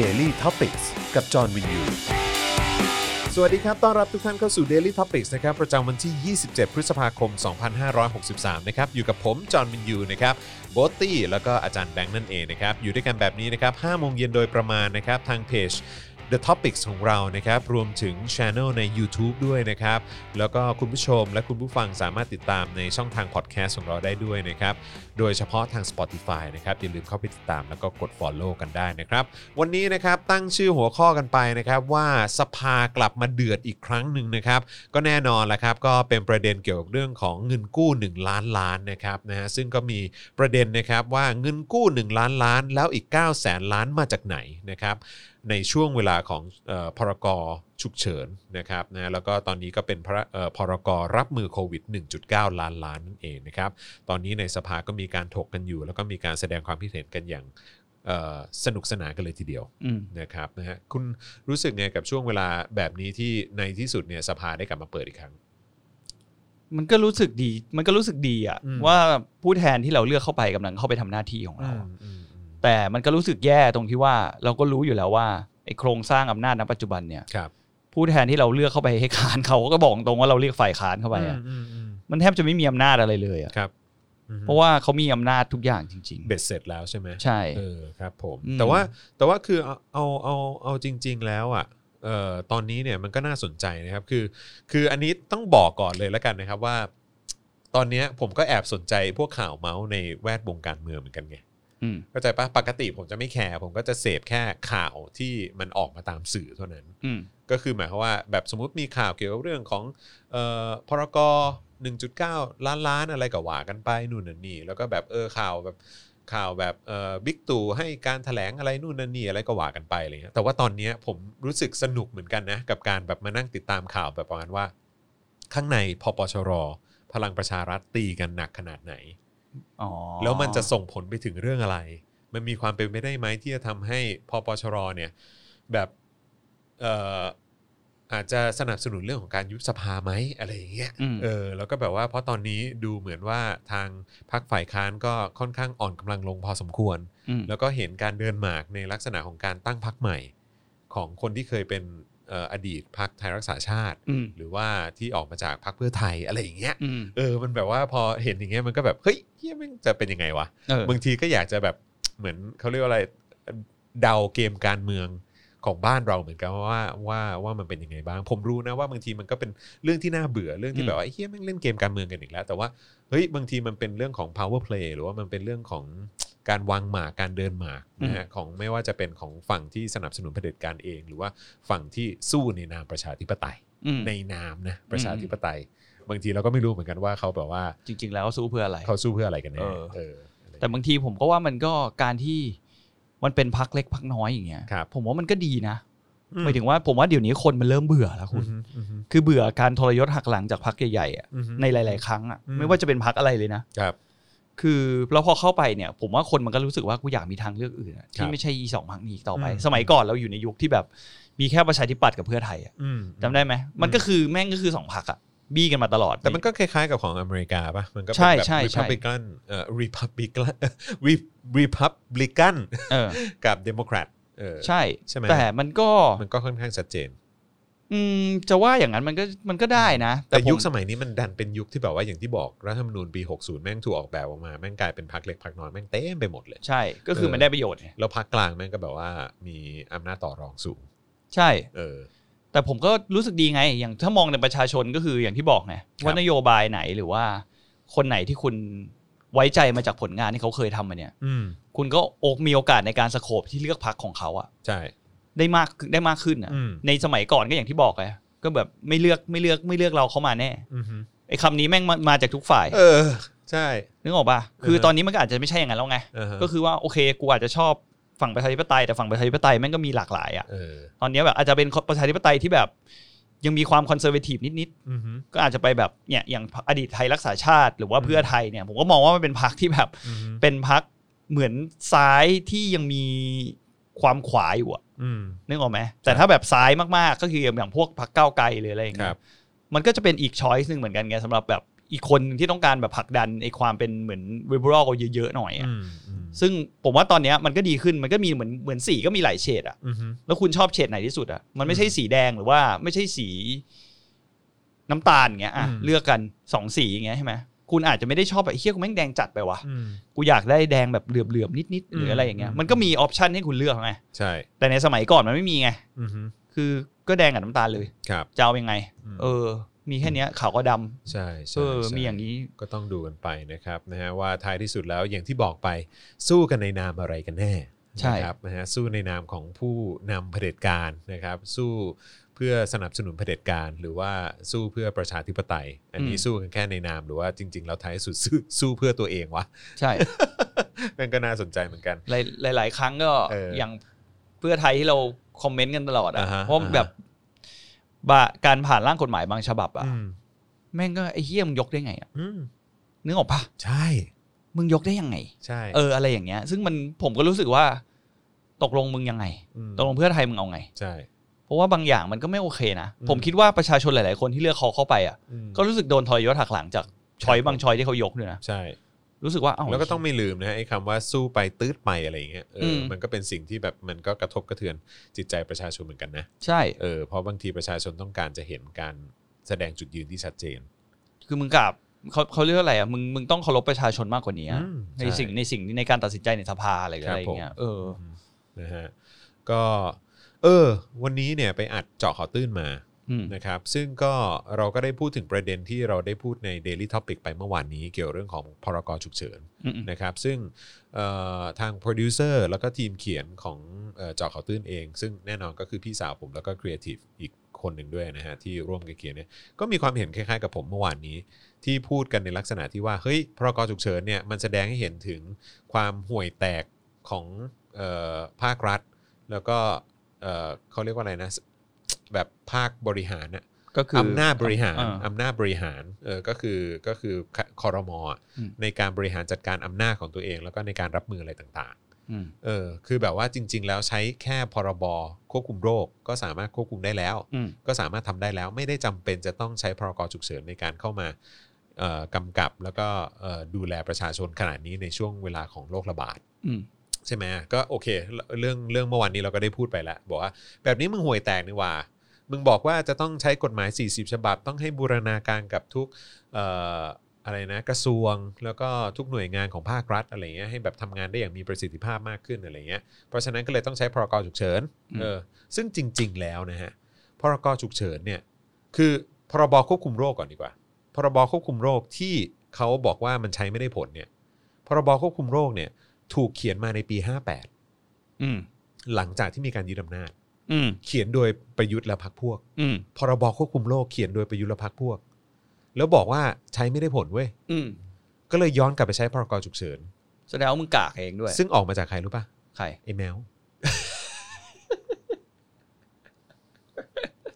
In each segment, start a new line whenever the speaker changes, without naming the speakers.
Daily t o p i c กกับจอห์นวินยู สวัสดีครับ ต้อนรับทุกท่านเข้าสู่ Daily Topics นะครับ ประจำวันที่ 27 พฤษภาคม 2563 นะครับ อยู่กับผม จอห์นวินยูนะครับ โบทตี้ แล้วก็อาจารย์แบงค์นั่นเองนะครับ อยู่ด้วยกันแบบนี้นะครับ5โมงเย็นโดยประมาณนะครับ ทางเพจ The Topics ของเรานะครับ รวมถึง Channel ใน YouTube ด้วยนะครับ แล้วก็คุณผู้ชมและคุณผู้ฟังสามารถติดตามในช่องทางพอดแคสต์ของเราได้ด้วยนะครับ โดยเฉพาะทาง Spotify นะครับ อย่าลืมเข้าไปติดตามแล้วก็กด Follow กันได้นะครับ วันนี้นะครับตั้งชื่อหัวข้อกันไปนะครับว่าสภากลับมาเดือดอีกครั้งหนึ่งนะครับ ก็แน่นอนแหละครับก็เป็นประเด็นเกี่ยวกับเรื่องของเงินกู้ 1 ล้านล้านนะครับนะฮะซึ่งก็มีประเด็นนะครับว่าเงินกู้ 1 ล้านล้าน แล้วอีก 9 0 0แสนล้านมาจากไหนนะครับ ในช่วงเวลาของเออพรกฉุกเฉินนะครับนะแล้วก็ตอนนี้ก็เป็นพระเอ่อพรกรับมือโควิด 1.9 ล้านล้านนั่นเองนะครับตอนนี้ในสภาก็มีการถกกันอยู่ แล้วก็มีการแสดงความคิดเห็นกันอย่างเอ่อสนุกสนานกันเลยทีเดียว
อืม
นะครับนะฮะคุณรู้สึกไงกับช่วงเวลาแบบนี้ที่ในที่สุดเนี่ยสภาได้กลับมาเปิดอีกครั้ง
มันก็รู้สึกดี มันก็รู้สึกดีอะ
อืม
ว่าผู้แทนที่เราเลือกเข้าไปกำลังเข้าไปทำหน้าที่ของเรา
อืมอืม
แต่มันก็รู้สึกแย่ตรงที่ว่าเราก็รู้อยู่แล้วว่าไอ้โครงสร้างอำนาจณปัจจุบันเนี่ย
ครับ
ผู้แทนที่เราเลือกเข้าไปให้ค้านเขาก็บอกตรงว่าเราเรียกฝ่ายค้านเข้าไปอะ
อืมอืม
มันแทบจะไม่มีอำนาจอะไรเลยอะ
ครับอืม
เพราะว่าเขามีอำนาจทุกอย่างจริง
เบ็ดเสร็จแล้วใช่ไหม
ๆ ใช่
เออครับผม
อืม
แต่ว่าแต่ว่าคือเอาเอาเอาเอาจริง ๆ แล้วอ่ะเอ่อตอนนี้เนี่ยมันก็น่าสนใจนะครับคือ คืออันนี้ต้องบอกก่อนเลยแล้วกันนะครับว่า ตอนเนี้ยผมก็แอบสนใจพวกข่าวเมาส์ในแวดวงการเมืองเหมือนกันไง
อืม
เข้าใจปะปกติผมจะไม่แคร์ผมก็จะเสพแค่ข่าวที่มันออกมาตามสื่อเท่านั้น
อืม
ก็คือหมายความว่าแบบสมมติมีข่าวเกี่ยวกับเรื่องของเอ่อพรก1.9 ล้านล้านอะไรก็ว่ากันไปนู่นนั่นนี่แล้วก็แบบเออข่าวแบบข่าวแบบเอ่อบิ๊กตู่ให้การแถลงอะไรนู่นนั่นนี่อะไรก็ว่ากันไปอะไรเงี้ยแต่ว่าตอนเนี้ยผมรู้สึกสนุกเหมือนกันนะกับการแบบมานั่งติดตามข่าวแบบประมาณว่า ข้างในพปชร พลังประชารัฐตีกันหนักขนาดไหน
อ๋อ
แล้วมันจะส่งผลไปถึงเรื่องอะไร มันมีความเป็นไปได้ไหมที่จะทำให้พปชรเนี่ยแบบเอ่ออาจจะสนับสนุนเรื่องของการยุบสภาไหมอะไรอย่างเงี้ย
อืม
เออ แล้วก็แบบว่าเพราะตอนนี้ดูเหมือนว่าทางพรรคฝ่ายค้านก็ค่อนข้างอ่อนกำลังลงพอสมควร
ม
แล้วก็เห็นการเดินหมากในลักษณะของการตั้งพรรคใหม่ ของคนที่เคยเป็นเอ่ออดีตพรรคไทยรักษาชาติ
อืม
หรือว่าที่ออกมาจากพรรคเพื่อไทยอะไรอย่างเงี้ย
อืม
เออ มันแบบว่าพอเห็นอย่างเงี้ยมันก็แบบ เฮ้ยเฮียแมันจะเป็นยังไงวะ
เออบ
างทีก็อยากจะแบบ เหมือนเขาเรียกว่าอะไร เดาเกมการเมืองของบ้านเราเหมือนกันว่าว่าว่ามันเป็นยังไงบ้าง ผมรู้นะว่าบางทีมันก็เป็นเรื่องที่น่าเบื่อเรื่องที่แบบว่าไอ้เฮียแม่งเล่นเกมการเมืองกันอีกแล้ว แต่ว่าเฮ้ยบางทีมันเป็นเรื่องของ power play หรือว่ามันเป็นเรื่องของการวางหมากการเดินหมากนะฮะของไม่ว่าจะเป็นของฝั่งที่สนับสนุนเผด็จการเอง หรือว่าฝั่งที่สู้ในนามประชาธิปไตย
อืม
ในนามนะประชาธิปไตย บางทีเราก็ไม่รู้เหมือนกันว่าเขาแบบว่า
จริง ๆ แล้วสู้เพื่ออะไร
เขาสู้เพื่ออะไรกันแน่
เออ
เอออะไร
แต่บางทีผมก็ว่ามันก็การที่มันเป็นพักเล็กพักน้อยอย่างเงี้ย
ครับ
ผมว่ามันก็ดีนะ
อื
หมายถึงว่าผมว่าเดี๋ยวนี้คนมันเริ่มเบื่อแล้วคุณ
อืมอืม
คือเบื่อการทรยศหักหลังจากพักใหญ่ๆอะ
อืม
ในหลาย ๆ ครั้งอะ
อืม
ไม่ว่าจะเป็นพักอะไรเลยนะ
ครับ
คือเราพอเข้าไปเนี่ย ผมว่าคนมันก็รู้สึกว่ากูอยากมีทางเลือกอื่นอะที่ไม่ใช่อีสองพักนี้อีกต่อไป
อืม
สมัยก่อนเราอยู่ในยุคที่แบบมีแค่ประชาธิปัตย์กับเพื่อไทยอะ
อืม
จำได้ไหมมันก็คือแม่งก็คือสองพักอะบี้กันมาตลอด
แต่มันก็คล้ายๆกับของอเมริกาป่ะ มันก็เป็น
ใช่
แบบ
ใช่ใช่
Republican เอ่อ Republican Re- Republican
เออ
กับ Democrat เออ
ใช่
ใช่ไหม
แต่มันก็
มันก็ค่อนข้างชัดเจน
อืมจะว่าอย่างนั้นมันก็มันก็ได้นะ
แต่
ผม
ยุคสมัยนี้มันดันเป็นยุคที่แบบว่าอย่างที่บอกรัฐธรรมนูญปี 60 แม่งถูกออกแบบออกมา แม่งกลายเป็นพรรคเล็กพรรคน้อยแม่งเต็มไปหมดเลย
ใช่ก็คือ
เออ
มันได้ประโยชน์ไง
แล้วพรรคกลางแม่งก็แบบว่ามีอำนาจต่อรองสูง
ใช่
เออ
แต่ผมก็รู้สึกดีไง อย่างถ้ามองในประชาชนก็คืออย่างที่บอกไง
ครับ
ว่านโยบายไหนหรือว่า คนไหนที่คุณไว้ใจมาจากผลงานที่เขาเคยทำมาเนี่ย
อืม
คุณก็โอกมีโอกาสในการสโคบที่เลือกพักของเขาอะ
ใช่
ได้มากได้มากขึ้นอะ
อืม
ในสมัยก่อนก็อย่างที่บอกไงก็แบบไม่เลือกไม่เลือกไม่เลือกเราเข้ามาแน่
อือฮึ
ไอ้คำนี้แม่งมามาจากทุกฝ่าย
เออ ใช่
นึกออกปะคือตอนนี้มันก็อาจจะไม่ใช่อย่างนั้นแล้วไง
อ่าฮะ
ก็คือว่าโอเคกูอาจจะชอบฝั่งประชาธิปไตยแต่ฝั่งประชาธิปไตยแม่งก็มีหลากหลายอะ
เออ
ตอนนี้แบบอาจจะเป็นประชาธิปไตยที่แบบ ยังมีความคอนเซอร์เวทีฟนิด
อือฮึ
ๆ ก็อาจจะไปแบบเนี่ยอย่างอดีตไทยรักษาชาติ หรือว่าเพื่อไทยเนี่ย ผมก็มองว่ามันเป็นพรรคที่แบบ
อือฮึ
เป็นพรรคเหมือนซ้ายที่ยังมีความขวาอยู่อะ
อืม
นึกออกไหมแต่ถ้าแบบซ้ายมากๆ ก็คืออย่างพวกพรรคก้าวไกลหรืออะไรอย่าง
ค
เงี้
รั
ย
บ
มันก็จะเป็นอีกช้อยส์หนึ่งเหมือนกันไงสำหรับแบบ อีกคนหนึ่งที่ต้องการแบบผลักดันไอ้ความเป็นเหมือนเวเบอร์เยอะๆหน่อยอะ
อืมอืม
ซึ่งผมว่าตอนเนี้ยมันก็ดีขึ้นมันก็มีเหมือนเหมือนสีก็มีหลายเฉดอะ
อืมฮึ
แล้วคุณชอบเฉดไหนที่สุดอะมันไม่ใช่สีแดงหรือว่าไม่ใช่สีน้ำตาลอย่างเงี้ยอะ
อืม
เลือกกันสองสีอย่างเงี้ยใช่ไหมคุณอาจจะไม่ได้ชอบแบบเฮียกูแม่งแดงจัดไปว่ะ
อืม
กูอยากได้แดงแบบเหลื่อมๆนิดๆหรือ
ม
อะไรอย่างเงี้ย
อืม
มันก็มีออปชันให้คุณเลือกไง
ใช่
แต่ในสมัยก่อนมันไม่มีไง
อืมฮึ
คือก็แดงกับน้ำตาลเลย
ครับ
จะเอายังไง
อืม
เออ มีแค่เนี้ยขาวก็ด
ใช่
ำ
ใช่
เออ
ใช่
มีอย่างนี้
ก็ต้องดูกันไปนะครับนะฮะว่าท้ายที่สุดแล้วอย่างที่บอกไปสู้กันในนามอะไรกันแน่
ใช่
นะครับนะฮะสู้ในนามของผู้นำเผด็จการนะครับ สู้เพื่อสนับสนุนเผด็จการ หรือว่าสู้เพื่อประชาธิปไตย อันนี้สู้กันแค่ในนามหรือว่าจริง ๆ แล้วท้ายที่สุด สู้สู้เพื่อตัวเองวะ
ใช่
นั่นก็น่าสนใจเหมือนกัน
หลายหลายหลายครั้งก็
เอออย่าง
เพื่อไทยที่เราคอมเมนต์กันตลอดอะ
อ่าฮะ
เพราะ
อ่าฮะ
แบบบะการผ่านร่างกฎหมายบางฉบับอะ
อืม
แม่งก็ไอ้เฮี้ยมงยกได้ไงอะ
อืม
นึกออกปะ
ใช่
มึงยกได้ยังไง
ใช่
เอออะไรอย่างเงี้ย ซึ่งมันผมก็รู้สึกว่า ตกลงมึงยังไง
ม
ตกลงเพื่อไทยมึงเอาไง
ใช่
เพราะว่าบางอย่างมันก็ไม่โอเคนะ
อืม
ผมคิดว่าประชาชนหลาย ๆ คนที่เลือกเขาเข้าไปอ่ะ
อืม
ก็รู้สึกโดนทอยยศหักหลังจากชอยบางชอยที่เขายกด้วยนะ
ใช่
รู้สึกว่าเอ้า
แล้วก็ต้องไม่ลืมนะฮะไอ้คำว่าสู้ไปตืดไปอะไรอย่างเงี้ยเอออ
ม
มันก็เป็นสิ่งที่แบบมันก็กระทบกระเทือนจิตใจประชาชนเหมือนกันนะ
ใช่
เออเพราะบางทีประชาชนต้องการจะเห็นการแสดงจุดยืนที่ชัดเจน
คือมึงกับเขาเขาเรียกว่าอะไรอ่ะมึงมึงต้องเคารพประชาชนมากกว่านี้อะ
อืม
ใน
ใช่
สิ่งในสิ่งในการตัดสินใจในสภาอะไร
ครับ
อะไรอย่างเงี้ยเออ
นะฮะก็เออ วันนี้เนี่ยไปอัดเจาะข่าวตื้นมา
อืม
นะครับ ซึ่งก็เราก็ได้พูดถึงประเด็นที่เราได้พูดใน Daily Topic ไปเมื่อวานนี้เกี่ยวเรื่องของพรกฉุกเฉิน
อืมอืม
นะครับ ซึ่งเอ่อทางโปรดิวเซอร์แล้วก็ทีมเขียนของเอ่อเจาะข่าวตื้นเอง ซึ่งแน่นอนก็คือพี่สาวผมแล้วก็ครีเอทีฟอีกคนหนึ่งด้วยนะฮะที่ร่วมกันเขียนเนี่ยก็มีความเห็นคล้ายๆกับผมเมื่อวานนี้ ที่พูดกันในลักษณะที่ว่าเฮ้ยพรกฉุกเฉินเนี่ยมันแสดงให้เห็นถึงความห่วยแตกของเออภาครัฐ แล้วก็เอ่อเขาเรียกว่าอะไรนะแบบภาคบริหารน่ะ
ก็คืออ
อำนาจบริหาร
อ่า
อำนาจบริหารเออก็คือก็คือคคอรมอะ
อืม
ในการบริหารจัดการอำนาจของตัวเอง แล้วก็ในการรับมืออะไรต่าง
อืม
ๆเออคือแบบว่าจริง ๆ แล้วใช้แค่พรบควบคุมโรคก็สามารถควบคุมได้แล้ว
อืม
ก็สามารถทำได้แล้วไม่ได้จำเป็นจะต้องใช้พรกฉุกเฉินในการเข้ามาเอ่อกำกับแล้วก็เอ่อดูแลประชาชนขนาดนี้ในช่วงเวลาของโรคระบาด
อืม
ใช่ไหมก็โอเคเรื่องเรื่องเมื่อวานนี้เราก็ได้พูดไปแล้ว บอกว่าแบบนี้มึงห่วยแตกนี่หว่า มึงบอกว่าจะต้องใช้กฎหมาย 40 ฉบับ ต้องให้บูรณาการกับทุกเอ่ออะไรนะกระทรวงแล้วก็ทุกหน่วยงานของภาครัฐอะไรเงี้ยให้แบบทำงานได้อย่างมีประสิทธิภาพมากขึ้นอะไรเงี้ยเพราะฉะนั้นก็เลยต้องใช้พรกฉุกเฉิน
อืม
เออซึ่งจริง ๆ แล้วนะฮะพรกฉุกเฉินเนี่ยคือพรบควบคุมโรคก่อนดีกว่า พรบควบคุมโรคที่เขาบอกว่ามันใช้ไม่ได้ผลเนี่ยพรบควบคุมโรคเนี่ยถูกเขียนมาในปี 58
อืม
หลังจากที่มีการยึดอำนาจ
อืม
เขียนโดยประยุทธ์และพรรคพวก
อืม
พรบควบคุมโรคเขียนโดยประยุทธ์และพรรคพวก แล้วบอกว่าใช้ไม่ได้ผลเว้ย
อืม
ก็เลยย้อนกลับไปใช้พรกฉุกเฉิน
แสดงว่ามึงกากเองด้วย
ซึ่งออกมาจากใครรู้ป่ะ
ใคร
ไอ้แมว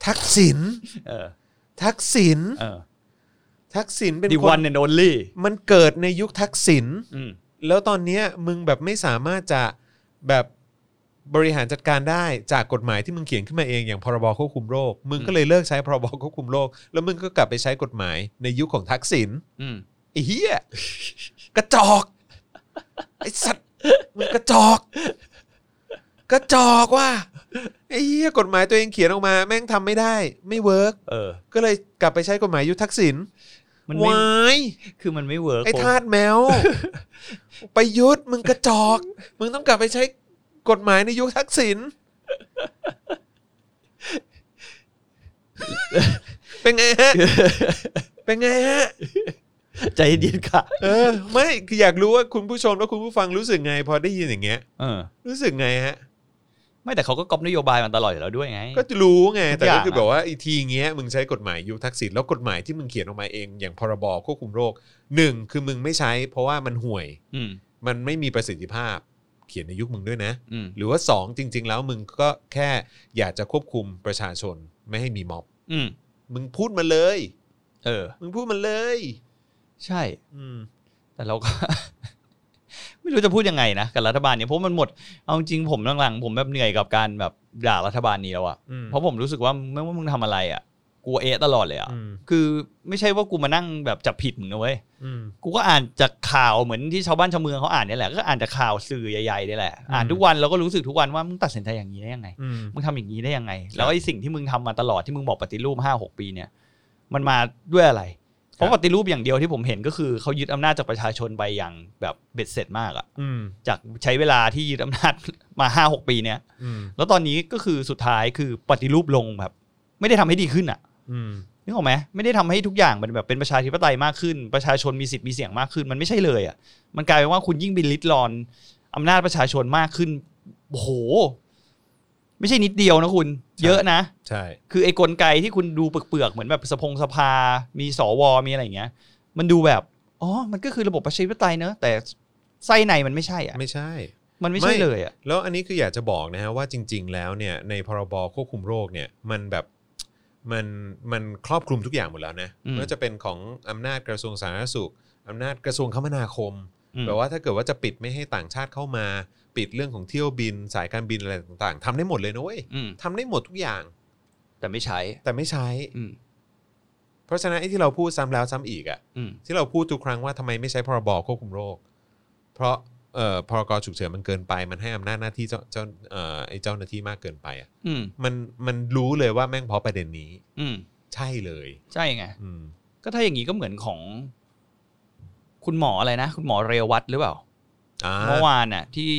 ทักษิณ
เออ
ทักษิณ
เออ
ทักษิณเป็น
ดี
ค
วัน
น
เนนลี่
มันเกิดในยุคทักษิณ
อืม
แล้วตอนเนี้ยมึงแบบไม่สามารถจะแบบบริหารจัดการได้จากกฎหมายที่มึงเขียนขึ้นมาเองอย่างพรบควบคุมโรค มึง
อืม
ก็เลยเลิกใช้พรบควบคุมโรค แล้วมึงก็กลับไปใช้กฎหมายในยุคของทักษิณ
อืม
ไอ้เหี้ย กระจอกไอ้สัตว์มึงกระจอก กระจอกว่ะไอ้เหี้ยกฎหมายตัวเองเขียนออกมา แม่งทำไม่ได้ ไม่เวิร์ก
เออ
ก็เลยกลับไปใช้กฎหมายยุคทักษิณ
มันไม่
วาย
คือมันไม่เวิร์ก
ไอ้ทาสแมว ไประยุทธ์มึงกระจอก มึงต้องกลับไปใช้กฎหมายในยุคทักษิณ เป็นไงฮะ เป็นไงฮะ
ใจเย็นๆค่ะ
เออ ไม่คืออยากรู้ว่าคุณผู้ชมและคุณผู้ฟังรู้สึกไง พอได้ยินอย่างเงี้ย
เออ
รู้สึกไงฮะ
ไม่แต่เขาก็ก๊อปนโยบายมันตลอดอยู่แล้วด้วยไง
ก็รู้ไง แต่ก็
ทุกอย่าง
คือ
อะ
แบบว่าไอีทีเงี้ย มึงใช้กฎหมายยุคทักษิณแล้วกฎหมายที่มึงเขียนออกมาเองอย่างพรบควบคุมโรคหนึ่งคือมึงไม่ใช้ เพราะว่ามันห่วย
อืม
มันไม่มีประสิทธิภาพ เขียนในยุคมึงด้วยนะ
อืม
หรือว่า 2 จริง ๆ แล้วมึงก็แค่อยากจะควบคุมประชาชนไม่ให้มีม็อบ
อืม
มึงพูดมาเลย
เออ
มึงพูดมาเลย
ใช่
อืม
แต่เราก็ ไม่รู้จะพูดยังไงนะกับรัฐบาลเนี่ยเพราะมันหมดเอาจริงผมหลังๆผมแบบเหนื่อยกับการแบบด่ารัฐบาลนี้แล้วอะ
อืม
เพราะผมรู้สึกว่าไม่ว่ามึงทำอะไรอะ กูเอะตลอดเลยอ่ะ
อืม
คือไม่ใช่ว่ากูมานั่งแบบจับผิดมึงนะเว้ย
อืม
กูก็อ่านจากข่าวเหมือนที่ชาวบ้านชาวเมืองเขาอ่านเนี่ยแหละก็อ่านจากข่าวสื่อใหญ่ๆนี่แหละอ่าน
อืม
ทุกวันเราก็รู้สึกทุกวันว่ามึงตัดสินใจอย่างนี้ได้ยังไง
อืม
มึงทำอย่างนี้ได้ยังไง แล้วไอ้สิ่งที่มึงทำมาตลอดที่มึงบอกปฏิรูปห้าหกปีเนี่ย มันมาด้วยอะไร
ค
เพ
รั
ราะ
บ
ปฏิรูปอย่างเดียวที่ผมเห็นก็คือเขายึดอำนาจจากประชาชนไปอย่างแบบเบ็ดเสร็จมากอะ
อืม
จากใช้เวลาที่ยึดอำนาจ มาห้าหกปีเนี่ย
อืม
แล้วตอนนี้ก็คือสุดท้ายคือปฏิรูปลงแบบ ไม่ได้ทำให้ดีขึ้นอะ
อืม
นึกออกไหมไม่ได้ทำให้ทุกอย่างมันแบบเป็นประชาธิปไตยมากขึ้น ประชาชนมีสิทธิ์มีเสียงมากขึ้น มันไม่ใช่เลยอะมันกลายเป็นว่าคุณยิ่งไปลิดรอนอำนาจประชาชนมากขึ้นโอ้โห ไม่ใช่นิดเดียวนะคุณ เยอะนะ
ใช่
คือไอ้กลไกที่คุณดูเปลือกๆเหมือนแบบสภงสภา มีสวมีอะไรอย่างเงี้ย มันดูแบบอ๋อมันก็คือระบบประชาธิปไตยเนอะแต่ไส้ในมันไม่ใช่อ่ะ
ไม่ใช่
มันไม่ใช่
ไม่
เลยอ่ะ
แล้วอันนี้คืออยากจะบอกนะฮะว่าจริง ๆ แล้วเนี่ยในพรบควบคุมโรคเนี่ยมันแบบมันมันครอบคลุมทุกอย่างหมดแล้วนะ
อืม
ไม่ว่าจะเป็นของอำนาจกระทรวงสาธารณสุขอำนาจกระทรวงคมนาคม
อืม
แบบว่าถ้าเกิดว่าจะปิดไม่ให้ต่างชาติเข้ามา ปิดเรื่องของเที่ยวบิน สายการบินอะไรต่างๆทำได้หมดเลยนะเว้ย
อืม
ทำได้หมดทุกอย่าง
แต่ไม่ใช้
แต่ไม่ใช้
อืม
เพราะฉะนั้นไอ้ที่เราพูดซ้ำแล้วซ้ำอีกอะ
อืม
ที่เราพูดทุกครั้งว่าทำไมไม่ใช้พรบควบคุมโรค เพราะเอ่อพรกฉุกเฉินมันเกินไป มันให้อำนาจหน้าที่เจ้าเจ้าเอ่อไอ้เจ้าหน้าที่มากเกินไปอะ
อืม
มันมันรู้เลยว่าแม่งเพราะประเด็นนี้
อืม
ใช่เลย
ใช่ไง
อืม
ก็ถ้าอย่างงี้ก็เหมือนของ คุณหมออะไรนะ คุณหมอเรวัตหรือเปล่า
อ่า
เมื่อวานน่ะ ที่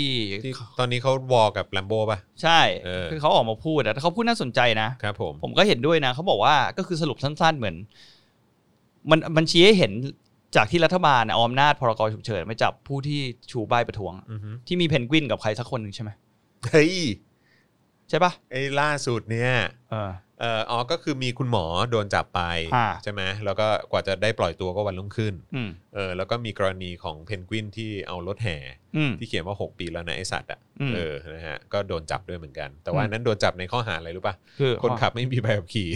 ที่ตอนนี้เขาวอลกับแลมโบป่ะ
ใช่
เออ
คือเขาออกมาพูดอะแต่เขาพูดน่าสนใจนะ
ครับผม
ผมก็เห็นด้วยนะเขาบอกว่าก็คือสรุปสั้นๆเหมือน มันมันชี้ให้เห็นจากที่รัฐบาลน่ะเอาอำนาจพรกฉุกเฉินมาจับผู้ที่ชูป้ายประท้วง
อือฮึ
ที่มีเพนกวินกับใครสักคนหนึ่งใช่ไหม
เฮ้ย
ใช่ปะ
ไอ้ล่าสุดเนี่ย
เออ
เอ่ออ๋อก็คือมีคุณหมอโดนจับไป
อ่า
ใช่ไหมแล้วก็กว่าจะได้ปล่อยตัวก็วันรุ่งขึ้น
อืม
เออแล้วก็มีกรณีของเพนกวินที่เอารถแห่
อืม
ที่เขียนว่า 6 ปีแล้วนะไอสัตว์อ่ะ
อืม
เออนะฮะก็โดนจับด้วยเหมือนกัน แต่ว่า
อืม
อันนั้นโดนจับในข้อหาอะไรรู้ป่ะ
คือ
คนขับไม่มีใบขับขี่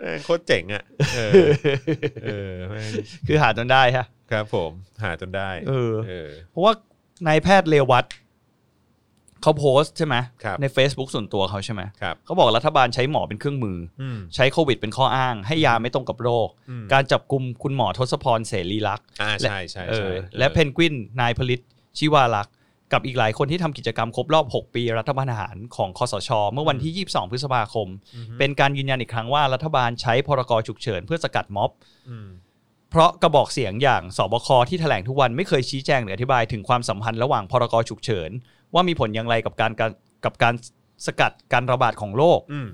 เออโคตรเจ๋งอ่ะเออเออแม่ง
คือหาจนได้ฮะ
ครับผมหาจนได้
เออ
เออ
เพราะว่านายแพทย์เรวัตเขาโพสต์ใช่ไหม
ครับ
ใน Facebook ส่วนตัวเขาใช่ไหม
ครับ
เขาบอกรัฐบาลใช้หมอเป็นเครื่องมือ
อืม
ใช้โควิดเป็นข้ออ้าง ให้ยาไม่ตรงกับโรค
อืม
การจับกลุ่มคุณหมอทศพรเสรีรักษ
อ่าใช่ใช่
เอ
ใช่
อ
เออ
และเพนกวิน นายผลิตชิวาลักษณ์กับอีกหลายคนที่ทำกิจกรรมครบรอบ 6 ปีรัฐประหารของคอสช เมื่อวันที่ 22 พฤษภาคม
อือฮึ
เป็นการยืนยันอีกครั้งว่ารัฐบาลใช้พรกฉุกเฉินเพื่อสกัดม็อบ
อืม
เพราะกระบอกเสียงอย่างสบคที่แถลงทุกวันไม่เคยชี้แจงหรืออธิบายถึงความสัมพันธ์ระหว่างพรกฉุกเฉิน ว่ามีผลอย่างไรกับการการกับการสกัดการระบาดของโรค
อืม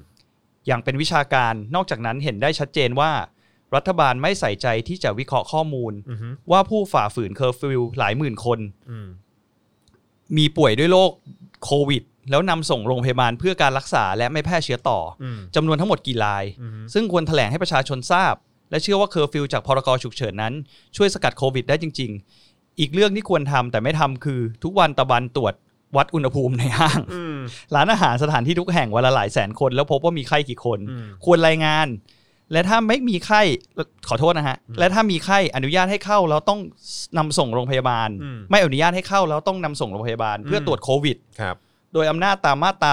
อย่างเป็นวิชาการ นอกจากนั้นเห็นได้ชัดเจนว่า รัฐบาลไม่ใส่ใจที่จะวิเคราะห์ข้อมูล
อืม
ว่าผู้ฝ่าฝืนเคอร์ฟิวหลายหมื่นคน
อืม
มีป่วยด้วยโรคโควิด แล้วนำส่งโรงพยาบาลเพื่อการรักษาและไม่แพร่เชื้อต่อ
อืม
จำนวนทั้งหมดกี่ราย
อืม
ซึ่งควรแถลงให้ประชาชนทราบ และเชื่อว่าเคอร์ฟิวจากพรกฉุกเฉินนั้น ช่วยสกัดโควิดได้จริง ๆ อีกเรื่องที่ควรทำแต่ไม่ทำคือทุกวันตะบันตรวจวัดอุณหภูมิในห้าง
อืม
ร้านอาหารสถานที่ทุกแห่งวันละหลายแสนคน แล้วพบว่ามีไข้กี่คน
อืม
ควรรายงาน และถ้าไม่มีไข้ขอโทษนะฮะ และถ้ามีไข้อนุญาตให้เข้าแล้วต้องนำส่งโรงพยาบาล
อืม
ไม่อนุญาตให้เข้าแล้วต้องนำส่งโรงพยาบาล เพื่ออ
ม
ตรวจโควิด
ครับ
โดยอำนาจตามมาตร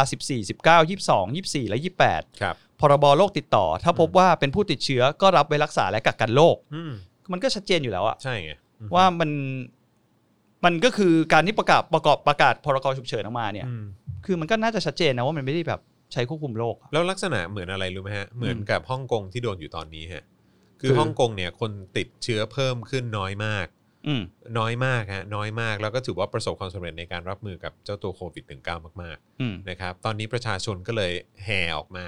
า 14 19 22 24 และ 28
ครับ
พรบโรคติดต่อ ถ้าพบว่าเป็นผู้ติดเชื้อก็รับไว้รักษาและกักกันโรค
อืม
มันก็ชัดเจนอยู่แล้วอะ
ใช่ไงอืม
ว่ามันมันก็คือการที่ประกาศประกอบประกาศพรกฉุกเฉินออกมาเนี่ย
อืม
คือมันก็น่าจะชัดเจนนะว่ามันไม่ได้แบบใช้ควบคุมโรคอะ
แล้วลักษณะเหมือนอะไรรู้ไหมฮะ เหมือนกับฮ่องกงที่โดนอยู่ตอนนี้ฮะ คือ
คือ
ฮ่องกงเนี่ยคนติดเชื้อเพิ่มขึ้นน้อยมาก
อืม
น้อยมากฮะ น้อยมาก แล้วก็ถือว่าประสบความสำเร็จในการรับมือกับเจ้าตัวโควิด -19 มาก
อืม
ๆ นะครับ ตอนนี้ประชาชนก็เลยแห่ออกมา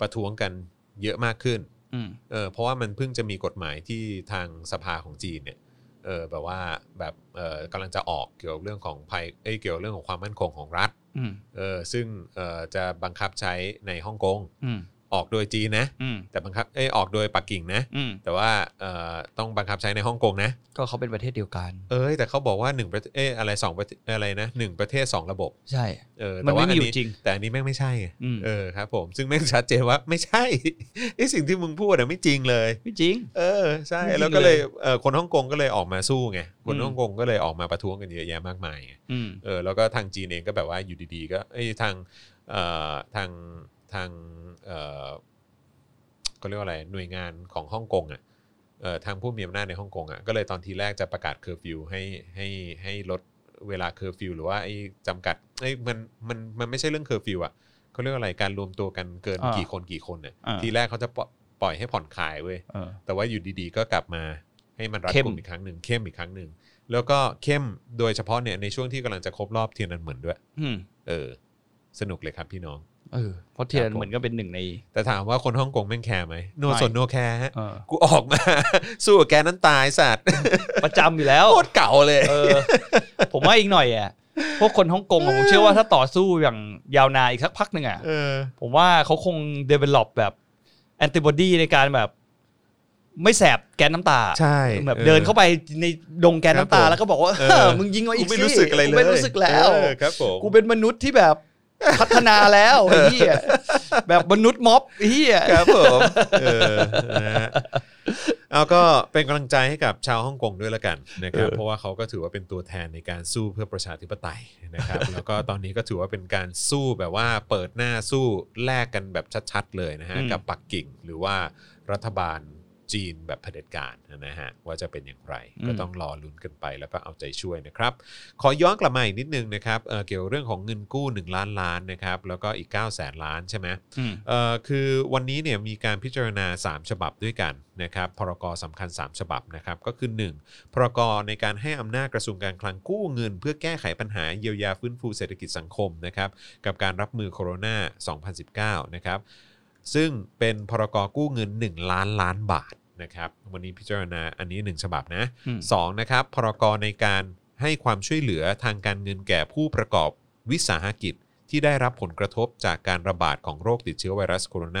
ประท้วงกันเยอะมากขึ้น
อืม
เออเพราะว่ามันเพิ่งจะมีกฎหมายที่ทางสภาของจีนเนี่ยเออแบบว่าแบบเออกำลังจะออกเกี่ยวกับเรื่องของภัยเอ้ยเกี่ยวกับเรื่องของความมั่นคงของรัฐ
อืม
เออซึ่งเออจะบังคับใช้ในฮ่องกง
อืม
ออกโดยจีนนะ
อืม
แต่บังคับเอยออกโดยปักกิ่งนะ
อืม
แต่ว่าเอ่อต้องบังคับใช้ในฮ่องกงนะ
ก็เขาเป็นประเทศเดียวกัน
เอ้ยแต่เขาบอกว่าหนึ่งประเทศเอยอะไรสองประเทศอะไรนะหนึ่งประเทศสองระบบ
ใช่
เออ
มัน
แต่
ไม่
ว่าอัน
มีอยู่
นี้
จริง
แต่อันนี้แม่งไม่ใช่ไง
อืม
เออครับผมซึ่งแม่งชัดเจนว่าไม่ใช่ ไอสิ่งที่มึงพูดอะไม่จริงเลย
ไม่จริง
เออใช่
ไม่จริง
แล้วก็เลย
เลย
เอ่อคนฮ่องกงก็เลยออกมาสู้ไงคน
อืม
ฮ่องกงก็เลยออกมาประท้วงกันเยอะแยะมากมายไง
อืม
เออแล้วก็ทางจีนเองก็แบบว่าอยู่ดีๆ ก็เอ้ยทางเอ่อทางท ทางเอ่อเขาเรียกว่าอะไรหน่วยงานของฮ่องกงอ่ะเอ่อทางผู้มีอำนาจในฮ่องกงอ่ะก็เลยตอนทีแรกจะประกาศเคอร์ฟิวให้ให้ให้ลดเวลาเคอร์ฟิวหรือว่าไอ้จำกัดไอ้ยมันมันมันไม่ใช่เรื่องเคอร์ฟิวอ่ะเขาเรียกว่าอะไรการรวมตัวกันเกิน
อ่า
กี่คนกี่คนเนี่ย
อ่า
ทีแรกเขาจะปล่อยปล่อยให้ผ่อนคลายเว้ย
เออ
แต่ว่าอยู่ดีๆ ก็กลับมาให้มันรัด
เข้ม
กลุ่มอีกครั้งหนึ่งเข้มอีกครั้งหนึ่งแล้วก็เข้มโดยเฉพาะเนี่ยในช่วงที่กำลังจะครบรอบเทียนนันเหมือนด้วย
อืม
เออ สนุกเลยครับพี่น้อง
เออเพราะเทียนเหมือนก็เป็นหนึ่งใน
แต่ถามว่าคนฮ่องกงแม่งแคร์ไหมโน
ไม่
สนโนแคร์ฮะ
เออ
กูออกมา สู้กับแกนั้นตายสัตว์
ประจำอยู่แล้ว
โคตรเก่าเลย
เออ ผมว่าอีกหน่อยอ่ะพวกคนฮ่องกงอะผมเชื่อว่าถ้าต่อสู้อย่างยาวนานอีกสักพักหนึ่งอ่ะ
เออ
ผมว่าเขาคง develop แบบ antibody ในการแบบ ไม่แสบแก๊สน้ำตา
ใช่
แบบ
เออ
เดินเข้าไปในดงแก๊สน้ำ
ครับ
ตา
ผม
แล้วก็บอกว่า
เออ
มึงยิงมาอี
กู
ก
ไม่
สิ
รู้สึกอะไรเลย
ไม่รู้สึกแล้ว
เออครับผม
กูเป็นมนุษย์ที่แบบพัฒนาแล้วไอ้เฮียแบบมนุษย์ม็อบไอ้เฮีย
ครับผมเออนะฮะเอาก็เป็นกำลังใจให้กับชาวฮ่องกงด้วยละกันนะครับเพราะว่าเขาก็ถือว่าเป็นตัวแทนในการสู้เพื่อประชาธิปไตยนะครับ แล้วก็ตอนนี้ก็ถือว่าเป็นการสู้แบบว่าเปิดหน้าสู้แลกกันแบบชัดๆเลยนะฮะกับปักกิ่งหรือว่ารัฐบาลจีนแบบเผด็จการนะฮะว่าจะเป็นอย่างไรก็ต้องรอลุ้นกันไปแล้วก็เอาใจช่วยนะครับ ขอย้อนกลับมาอีกนิดนึงนะครับเอ่อเกี่ยวเรื่องของเงินกู้ 1 ล้านล้านนะครับแล้วก็อีก 9 0 0แสนล้านใช่ไหม เอ่อคือวันนี้เนี่ยมีการพิจารณา 3 ฉบับด้วยกันนะครับพรกสำคัญ 3 ฉบับนะครับก็คือ 1. พรกในการให้อำนาจกระทรวงการคลังกู้เงิน เพื่อแก้ไขปัญหาเยียวยาฟื้นฟูเศรษฐกิจสังคมนะครับกับการรับมือโคโรนา 2019 นะครับซึ่งเป็นพรกกู้เงิน 1 ล้านล้านบาทนะครับวันนี้พิจารณาอันนี้ 1 ฉบับนะ สองนะครับพรกรในการให้ความช่วยเหลือทางการเงินแก่ผู้ประกอบวิสาหกิจ ที่ได้รับผลกระทบจากการระบาดของโรคติดเชื้อไวรัสโคโรน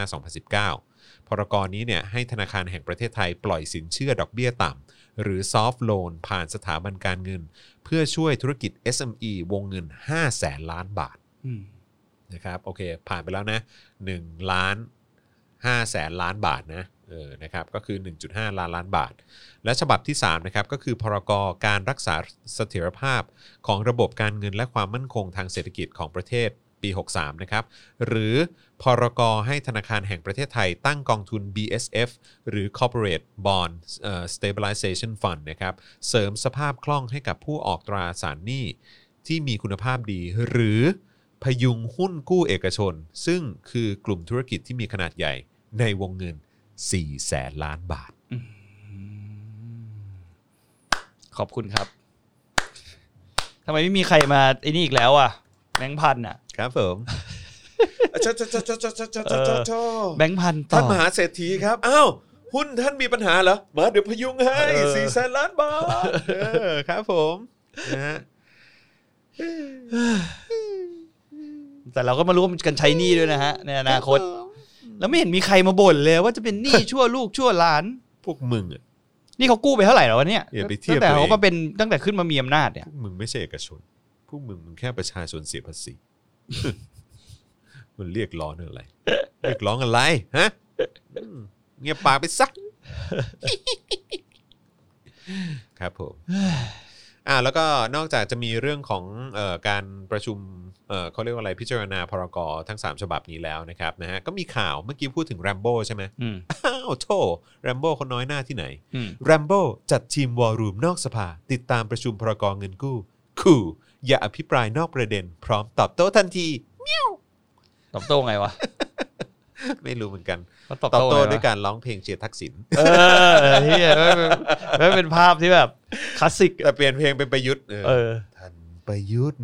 า 2019 พรกรนี้เนี่ยให้ธนาคารแห่งประเทศไทยปล่อยสินเชื่อดอกเบี้ยต่ำ หรือซอฟ t ์โลนผ่านสถาบันการเงิน เพื่อช่วยธุรกิจ SME วงเงิน 5 แสนล้านบาท
อืม
นะครับโอเค ผ่านไปแล้วนะ1ล้าน5แสนล้านบาทนะเออนะครับก็คือ 1.5 ล้านล้านบาท และฉบับที่3นะครับก็คือพรกการรักษาเสถียรภาพของระบบการเงินและความมั่นคงทางเศรษฐกิจของประเทศปี 63นะครับหรือพรกให้ธนาคารแห่งประเทศไทยตั้งกองทุน BSF หรือ Corporate Bond เอ่อ Stabilization Fund นะครับเสริมสภาพคล่องให้กับผู้ออกตราสารหนี้ ที่มีคุณภาพดีหรือพยุงหุ้นกู้เอกชน ซึ่งคือกลุ่มธุรกิจที่มีขนาดใหญ่ในวงเงิน 4 แสนล้านบาท
ขอบคุณครับทำไมไม่มีใครมาไอ้นี่อีกแล้วอ่ะแบงค์พันอ่ะ
ครับผมชชชชชชชชช
แบงค์พันต่
ท่าน
อ
มหาเศรษฐีครับ อ้าวหุ้นท่านมีปัญหาเหรอ มาเดี๋ยวพยุงให้
เออ
สี่แสนล้านบาทเออครับผมนะฮะ
แต่เราก็มาร่วมกันใช้หนี้ด้วยนะฮะ ในอนาคต แล้วไม่เห็นมีใครมาบ่นเลยว่าจะเป็นหนี้ ชั่วลูกชั่วหลาน
พวกมึงอ่ะ
นี่เขากู้ไปเท่าไหร่แล้ววะเนี่ย
อย่าไปเทียบ
ตั้งแต่
ตัวเอง
เขามาเป็นตั้งแต่ขึ้นมามีอำนาจเนี่
พ
ยว
กมึงไม่ใช่เอกชน พวกมึงมึงแค่ประชาชนเสียภาษี มันเรียกร้องอะไร เรียกร้องอะไรฮะอืมเงียบปากไปสัก ครับผม อ่าแล้วก็นอกจากจะมีเรื่องของเออการประชุมเอ่อเขาเรียกว่าอะไรพิจารณาพรกทั้ง 3 ฉบับนี้แล้วนะครับนะฮะก็มีข่าวเมื่อกี้พูดถึงแรมโบ้ใช่ไหม
อืม
อ้าวโธ่แรมโบ้คนน้อยหน้าที่ไหน
อืม
แรมโบ้จัดทีมวอลลุ่มนอกสภา ติดตามประชุมพรกรเงินกู้ คู่ อย่าอภิปรายนอกประเด็น พร้อมตอบโต้ทันที
ตอบโต้ไงวะ
ไม่รู้เหมือนกัน
เขาตอบ
ตอบโต้
โต้ไงะ
ด้วยการร้องเพลงเชียร์ทักษิณ
เออเฮียไม่เป็นไม่เป็นภาพที่แบบคลาสสิก
แต่เปลี่ยนเพลงเป็นประยุทธ์เออ
เออ
ท่านประยุทธ์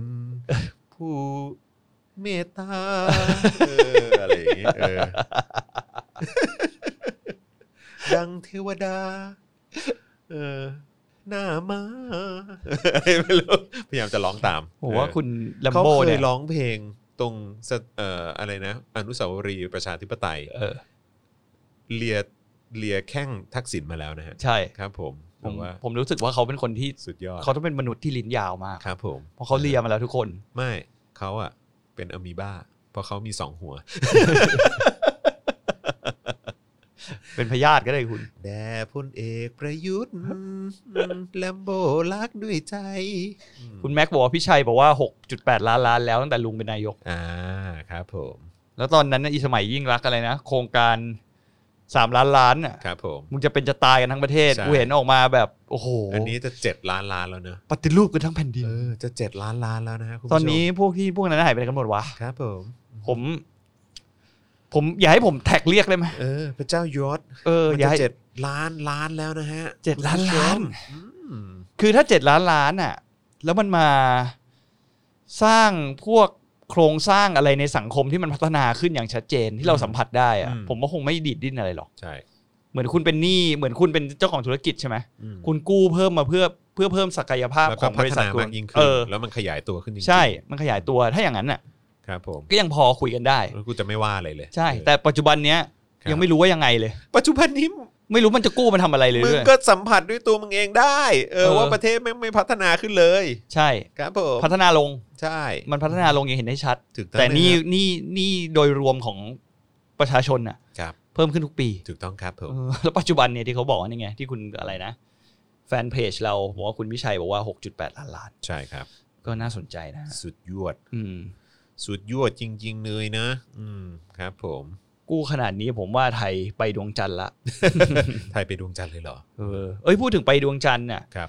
ผู้เมตตาเอออะไรอย่างงี้เออ ดังเทวดา เออหน้ามา อะไรไม่รู้พยายามจะร้องตาม
ผมว่าคุณลัม
เขา
โบ้
เค
เนี่ย
ยร้องเพลงตรงสะเอ่ออะไรนะ อนุสาวรีย์ประชาธิปไตย
เออ
เลียเลียแข้งทักษิณมาแล้วนะฮะ
ใช่
ครับผมผ
ผม ม
ว่า
ผมรู้สึกว่าเขาเป็นคนที่
สุดยอด
เขาต้องเป็นมนุษย์ที่ลิ้นยาวมาก
ครับผม
เพราะเขาเลียมาแล้วทุกคน
ไม่เขาอะเป็นอะมีบ้า เพราะเขามีสองหัว
เป็นพยาธิก็ได้คุณ
แด่พลเอกประยุทธ์ แลมโบรักด้วยใจ
คุณแม็กบอกว่าพี่ชัยบอกว่า 6.8 ล้านล้านแล้วตั้งแต่ลุงเป็นนายก
อ่าครับผม
แล้วตอนนั้นน่ะอีสมัยยิ่งรักษณ์อะไรนะโครงการสามล้านล้านอ่ะ
ครับผม
มึงจะเป็นจะตายกันทั้งประเทศ
ใช่
กูเห็นออกมาแบบโอ้โห
อันนี้จะ 7 ล้านล้านแล้วเนอะ
ปฏิรูปกันทั้งแผ่นดิน
เออจะ 7 ล้านล้านแล้วนะฮะคุณผู้ชม
ตอนนี้พวกที่พวกนั้นหายไปไหนกันหมดวะ
ครับผม
ผม ผมอย่าให้ผมแท็กเรียกได้ไหม
เออพระเจ้ายศ
เออ
มัน
อย่า
จะ
ให้
เจ็ดล้านล้านแล้วนะฮะ
เจ็ดล้านล้าน
อืม
คือถ้าเจ็ดล้านล้านอ่ะ แล้วมันมาสร้างพวกโครงสร้างอะไรในสังคมที่มันพัฒนาขึ้นอย่างชัดเจนที่เราสัมผัสได้อ่ะผมว่าคงไม่ดีดดิ้นอะไรหรอก
ใช่
เหมือนคุณเป็นหนี้เหมือนคุณเป็นเจ้าของธุรกิจใช่ไหม
อืม
คุณกู้เพิ่มมาเพื่อเพื่อเพิ่มศักยภาพ
แล้ว
ข
ก็
อง
พั
บริ
ฒ
ษัท
นา
คุ
มา
ณ
กยิ่งขึ้
เอน อ
แล้วมันขยายตัวขึ้นจริงๆ
ใช่มันขยายตัวถ้าอย่างนั้นน่ะ
ครับผม
ก็ยังพอคุยกันได้
แล้วกูจะไม่ว่าอะไรเลย
ใช่
เออ
แต่ปัจจุบันเนี้ย
ครับ
ยังไม่รู้ว่ายังไงเลย
ปัจจุบันนี้
ไม่รู้มันจะกู้มันทำอะไรเลย
มึง
เรื่อย
ก็สัมผัสด้วยตัวมึงเองได้ เออ
เออ
ว่าประเทศไม่งไม่พัฒนาขึ้นเลย
ใช่
ครับผม
พัฒนาลง
ใช่
มันพัฒนาลงอย่างเห็นได้ชัด
ถูกต้อง
แต่นี่
เลยครับ
นี่นี่โดยรวมของประชาชนน่ะ
ครับ
เพิ่มขึ้นทุกปี
ถูกต้องครับผม
เออแล้วปัจจุบันเนี่ยที่เขาบอกว่านี่ไงที่คุณอะไรนะ แฟนเพจเราบอกว่าคุณวิชัยบอกว่า 6.8 ล้านล้าน
ใช่ครับ
ก็น่าสนใจนะ
สุดยวด
อืม
สุดยวดจริง ๆ เลยนะ อืมครับ ผม
กู้ขนาดนี้ผมว่าไทยไปดวงจันทร์ละ
ไทยไปดวงจันทร์เลยเหรอ
เออเอ้ยพูดถึงไปดวงจันทร์น่ะ
ครับ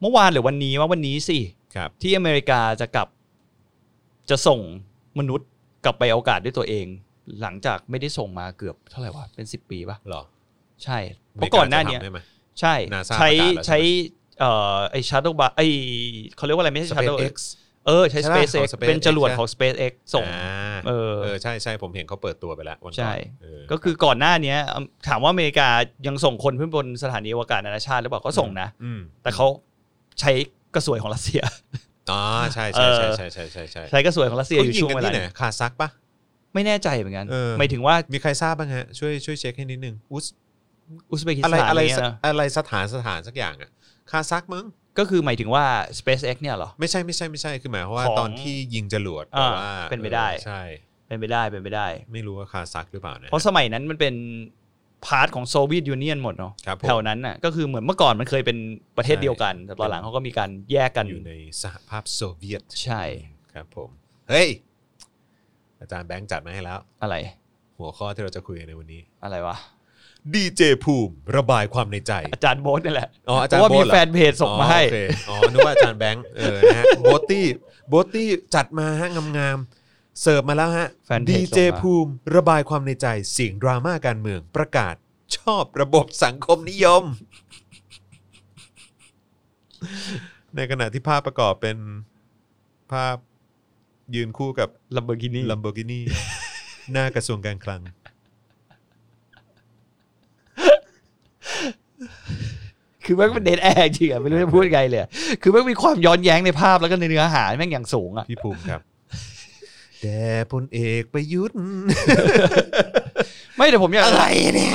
เมื่อวานหรือวันนี้ว่าวันนี้สิ
ครับ
ที่อเมริกาจะกลับ จะส่งมนุษย์กลับไปอวกาศด้วยตัวเอง หลังจากไม่ได้ส่งมาเกือบเท่าไหร่วะเป็นสิบปีปะ
เหรอ
ใช่เพราะก่อนหน้าเนี้ย
ไม่กล้จะทำได้ไหม
ใช่
นาซา
ใช้
ประกาศแล้วใช่ไหม
ใช้เอ่อไอชาร์โดบาไอเขาเรียกว่าอะไรไม่ใช่ชาร์โด
SpaceX
เออใช้
ใช่ปะ
SpaceX
ของ SpaceX
เป็นจรวด
ใช่
ของ SpaceX ส่ง
อ่า
เออ
เออใช่ใช่ผมเห็นเขาเปิดตัวไปแล้ววันก่อน
ใช่
เ
ก็คือก่อนหน้าเนี้ยอืมถามว่าอเมริกายังส่งคนขึ้นบนสถานีอวกาศนานาชาติหรือเปล่าก็ส่งนะ
อืม
แต่เขาใช้กระสวยของรัสเซีย
อ๋อใช่
เอ
ใช่
อ
ใช่ใช่ใช่ใช่ใช่
ใช้กระสวยของรัสเซีย
เขา
อยู่
ยิง
ช่วง
กัน
เวลา
ที่ไหน
นั้น
คาซักปะ
ไม่แน่ใจเหมือนกัน
เออ
หมายถึงว่า
มีใครทราบบ้างฮะช่วยช่วยเช็คให้นิดนึงอุส
อุซเบกิส
อะไร
ถาน
อะไร
เนี้ยนะ
อะไรสถานสถานสักอย่างอะคาซักมั้ง
ก็คือหมายถึงว่า SpaceX เนี่ยเหรอ
ไม่ใช่ไม่ใช่ไม่ใช่คือหมายความว่า
ของ
ตอนที่ยิงจรวด
อ่า
แต่ว่า
เป็นไปได้
ออใช่
เป็นไปได้เป็นไปได้
ไม่รู้ว่าคาซักหรือเปล่านะ
เพราะสมัยนั้นมันเป็นพาร์ทของโซเวียตยูเนียนหมดเนาะ
ครับผม
แถวนั้นน่ะก็คือเหมือนเมื่อก่อนมันเคยเป็นประเทศ
ใช่
เดียวกัน แต่ตอนหลังเขาก็มีการแยกกัน
อยู่ในสหภาพโซเวียต
ใช่
ครับผม เฮ้ย อาจารย์แบงค์จัดมาให้แล้ว
อะไร
หัวข้อที่เราจะคุยกันในวันนี้
อะไรวะ
ดีเจภูมิระบายความในใจ
อาจารย์โบ๊ทนี่แหละ
อ๋ออา
เพ
จาร
ราะ
ย์
ว่า
โบ๊
มี
ทเหรอ
แฟนเพจส่งมาให้
อ๋อโอเคอ๋อนึกว่าอาจารย์แบงค์เออนะฮะโบทตี้โบทตี้จัดมาฮะงามๆเสิร์ฟมาแล้วฮะ
แฟนเพจ
ดี
ส่
เจ
งมา
ภูมิระบายความในใจเสียงดราม่าการเมืองประกาศชอบระบบสังคมนิยม ในขณะที่ภาพประกอบเป็นภาพยืนคู่กับ
ลัมเบอร์กินี่
ลัมโบกินี หน้ากระทรวงการคลัง
คือแม่งเป็นเดทแอร์จริงอะไม่รู้จะพูดไงเลยอะคือแม่งมีความย้อนแย้งในภาพแล้วก็ในเนื้อหาแม่งอย่างสูงอะ
พี่ภูมิครับ แต่พลเอกประยุทธ์
ไม่แต่ผมอยาก
อะไรเนี่ย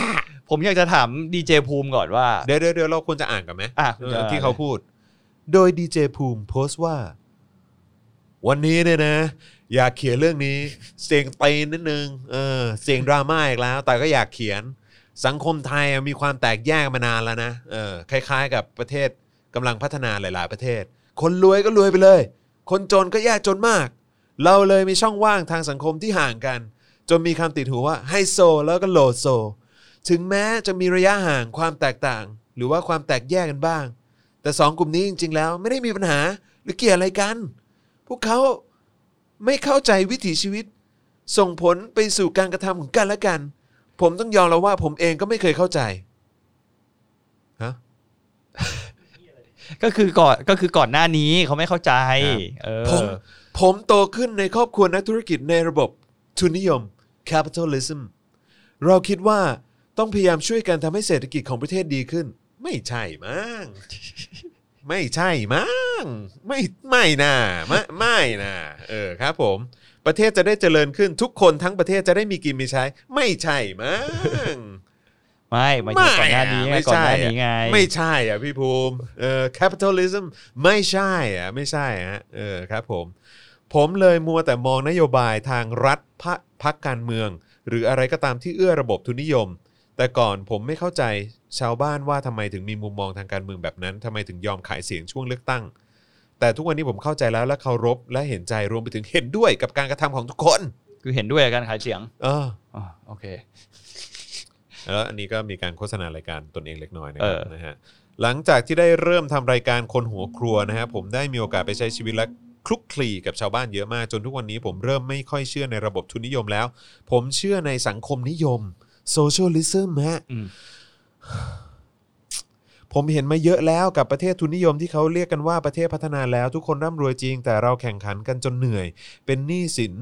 ผมอยากจะถามดีเจภูมิก่อนว่า
เดี๋ยวเดี๋ยวเดี๋ยวเราควรจะอ่านกันไหม
อ่ะ
เออที่เขา
ได้
พูด โดยดีเจภูมิโพสต์ว่า วันนี้เนี่ยนะ อยากเขียนเรื่องนี้ เสียงตีนนิดนึงเออเสียงดราม่าอีกแล้ว แต่ก็อยากเขียนสังคมไทยมีความแตกแยกมานานแล้วนะเออคล้ายๆ กับประเทศกำลังพัฒนาหลายๆประเทศ คนรวยก็รวยไปเลย คนจนก็ยากจนมาก เราเลยมีช่องว่างทางสังคมที่ห่างกัน จนมีคำติดหูว่าไฮโซแล้วก็โลโซ ถึงแม้จะมีระยะห่างความแตกต่าง หรือว่าความแตกแยกกันบ้าง แต่สองกลุ่มนี้จริง ๆ แล้วไม่ได้มีปัญหาหรือเกลียดอะไรกัน พวกเขาไม่เข้าใจวิถีชีวิต ส่งผลไปสู่การกระทำของกันและกัน ผมต้องยอมแล้วว่าผมเองก็ไม่เคยเข้าใจฮะ
ก็คือก่อนก็คือก่อนหน้านี้เขาไม่เข้าใจ
ครับ
เออ
ผมผมโตขึ้นในครอบครัวนักธุรกิจในระบบทุนนิยม capitalism เราคิดว่าต้องพยายามช่วยกันทำให้เศรษฐกิจของประเทศดีขึ้น ไม่ใช่มั้ง ไม่ใช่มั้งไม่ไม่น่าไม่ไม่น่าเออครับผม ประเทศจะได้เจริญขึ้นทุกคนทั้งประเทศจะได้มีกินมีใช้ ไม่ใช่มั้ง
ไม่หมายถึงก่อนหน้านี้ไง
ไม่
ก่อน
ใช่
หน้า
อะ
นี้ไง
ไม่ใช่อ่ะพี่ภูมิเออ capitalism ไม่ใช่อ่ะไม่ใช่ฮะเออครับผม ผมเลยมัวแต่มองนโยบายทางรัฐพรรคพักการเมือง หรืออะไรก็ตามที่เอื้อระบบทุนนิยม แต่ก่อนผมไม่เข้าใจชาวบ้านว่าทำไมถึงมีมุมมองทางการเมืองแบบนั้นทำไมถึงยอมขายเสียงช่วงเลือกตั้ง แต่ทุกวันนี้ผมเข้าใจแล้วและเคารพและเห็นใจรวมไปถึงเห็นด้วยกับการกระทำของทุกคน
ค คือเห็นด้วยกับการขายเสียง
เออ
อ๋อโอเค
แล้วอันนี้ก็มีการโฆษณารายการตนเองเล็กน้อยนะค
เอ
รับ
อ
นะฮะหลังจากที่ได้เริ่มทำรายการคนหัวครัวนะฮะผมได้มีโอกาสไปใช้ชีวิตและคลุกคลีกับชาวบ้านเยอะมากจนทุกวันนี้ผมเริ่มไม่ค่อยเชื่อในระบบทุนนิยมแล้ว ผมเชื่อในสังคมนิยมโซเชียลิซึมฮะ
อืม
ผมเห็นมาเยอะแล้วกับประเทศทุนนิยมที่เขาเรียกกันว่าประเทศพัฒนาแล้วทุกคนร่ำรวยจริง แต่เราแข่งขันกันจนเหนื่อย เป็นหนี้สิน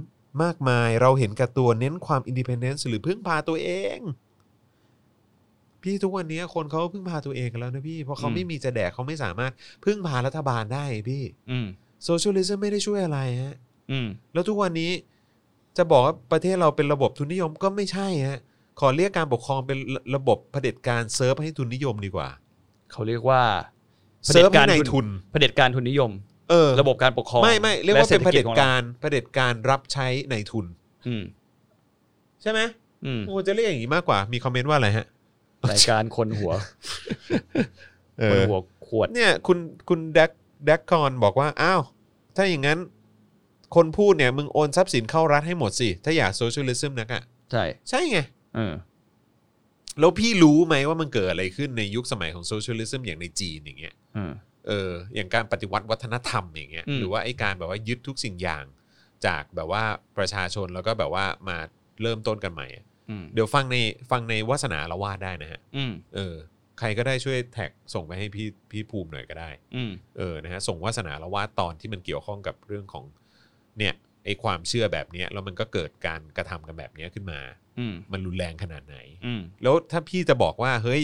มากมาย เราเห็นแกับตัวเน้นความอินดิเพนเดนซ์หรือพึ่งพาตัวเอง พี่ทุกวันนี้คนเขาพึ่งพาตัวเองกันแล้วนะพี่เพราะเขา
อืม
ไม่มีจะแดกเขาไม่สามารถพึ่งพารัฐบาลได้พี่
อืม
โซเชียลิซึมไม่ได้ช่วยอะไรฮะ
อืม
แล้วทุกวันนี้จะบอกว่าประเทศเราเป็นระบบทุนนิยมก็ไม่ใช่ฮะขอเรียกการปกครองเป็นระระบบเผด็จการเซิร์ฟให้ทุนนิยมดีกว่า
เขาเรียกว่า
เซิร์ฟให้ในายทุน
เผด็จการทุนนิยม
เออ
ระบบการปกครอง
ไม่ไม่เรียกว่าเป็นเผด็จ
และศษฐจของ
การเผด็จการรับใช้ในายทุน
อืม
ใช่ไหม
อืม
โอ้จะเรียกอย่างนี้มากกว่ามีคอมเมนต์ว่าอะไรฮะ
รายการคนหัว
เอ
คน
อ
หัวขวด
เนี่ยคุณคุณแดกแดกคอนบอกว่าอ้าวถ้าอย่างนั้น คนพูดเนี่ยมึงโอนทรัพย์สินเข้ารัฐให้หมดสิ ถ้าอยากโซเชียลิซึมนักอ่ะ
ใช่
ใช่ไง
เออ
แล้วพี่รู้ไหมว่ามันเกิดอะไรขึ้นในยุคสมัยของโซเชียลิซึมอย่างในจีนอย่างเงี้ย
อืม
เออ อย่างการปฏิวัติวัฒนธรรมอย่างเงี้ย
อืม
หรือว่าไอ้การแบบว่ายึดทุกสิ่งอย่างจากแบบว่าประชาชนแล้วก็แบบว่ามาเริ่มต้นกันใหม่อะ
อืม
เดี๋ยวฟังในฟังในวาสนาละวาดได้นะฮะ
อืม
เออ ใครก็ได้ช่วยแท็กส่งไปให้พี่พี่ภูมิหน่อยก็ได้
อืม
เออ นะฮะ ส่งวาสนาละวาดตอนที่มันเกี่ยวข้องกับเรื่องของเนี่ยไอ้ความเชื่อแบบเนี้ยแล้วมันก็เกิดการกระทำกันแบบเนี้ยขึ้นมา
อืม
มันรุนแรงขนาดไหน
อืม
แล้วถ้าพี่จะบอกว่าเฮ้ย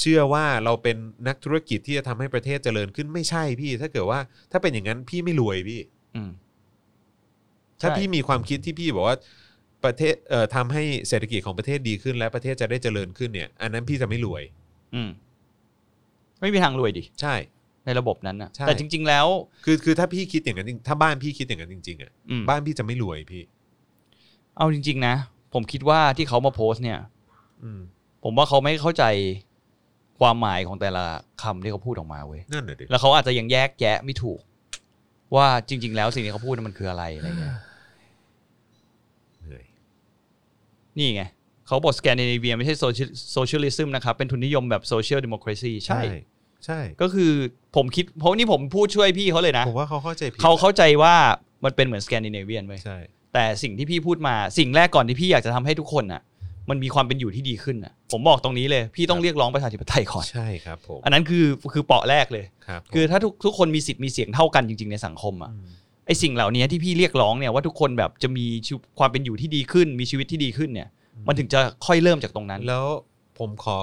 เชื่อว่าเราเป็นนักธุรกิจที่จะทำให้ประเทศเจริญขึ้นไม่ใช่พี่ ถ้าเกิดว่าถ้าเป็นอย่างนั้นพี่ไม่รวยพี่
อืม
ถ้า
ใช่
พี่มีความคิดที่พี่บอกว่าประเทศเอ่อทำให้เศรษฐกิจของประเทศดีขึ้น และประเทศจะได้เจริญขึ้นเนี่ย อันนั้นพี่จะไม่รวย
อืมไม่มีทางรวยดิ
ใช่
ในระบบนั้นนะ
ใช่
แต่จริง ๆ แล้ว
คือคือถ้าพี่คิดอย่างนั้นจริงถ้าบ้านพี่คิดอย่างนั้นจริงๆอ่ะ
อืม
บ้านพี่จะไม่รวยพี่
เอาจริง ๆ นะ ผมคิดว่าที่เขามาโพสต์เนี่ย
อืม
ผมว่าเขาไม่เข้าใจความหมายของแต่ละคำที่เขาพูดออกมาเว้ย
นั่นแหละดิ
แล้วเขาอาจจะยังแยกแยะไม่ถูก ว่าจริง ๆ แล้วสิ่งที่เขาพูดนั้นมันคืออะไรอะไรเงี้ย
เหนื่อย
นี่ไงเขาบอกสแกนดิเนเวียไม่ใช่โซเชียลโซเชียลิซึมนะครับ เป็นทุนนิยมแบบโซเชียลดิโมคร c y ใช่
ใช่
ก็คือผมคิด เพราะนี่ผมพูดช่วยพี่เขาเลยนะ
ผมว่าเขาเข้าใจผิด
เขาเข้าใจว่ามันเป็นเหมือนสแกนดิเนเวียนไว้ย
ใช่
แต่สิ่งที่พี่พูดมาสิ่งแรกก่อนที่พี่อยากจะทำให้ทุกคนน่ะ มันมีความเป็นอยู่ที่ดีขึ้นน่ะ ผมบอกตรงนี้เลย พี่ต้องเรียกร้องประชาธิปไตยก่อน
ใช่ครับผม
อันนั้นคือคือเปาะแรกเลย
ครับผม
คือถ้าทุกทุกคนมีสิทธิ์มีเสียงเท่ากันจริง ๆในสังคมอ่ะ
อืม
ไอสิ่งเหล่านี้ที่พี่เรียกร้องเนี่ยว่าทุกคนแบบจะมีชีวิตความเป็นอยู่ที่ดีขึ้น มีชีวิตที่ดีขึ้นเนี่ย มันถึงจะค่อยเริ่มจากตรงนั้น
แล้วผมขอ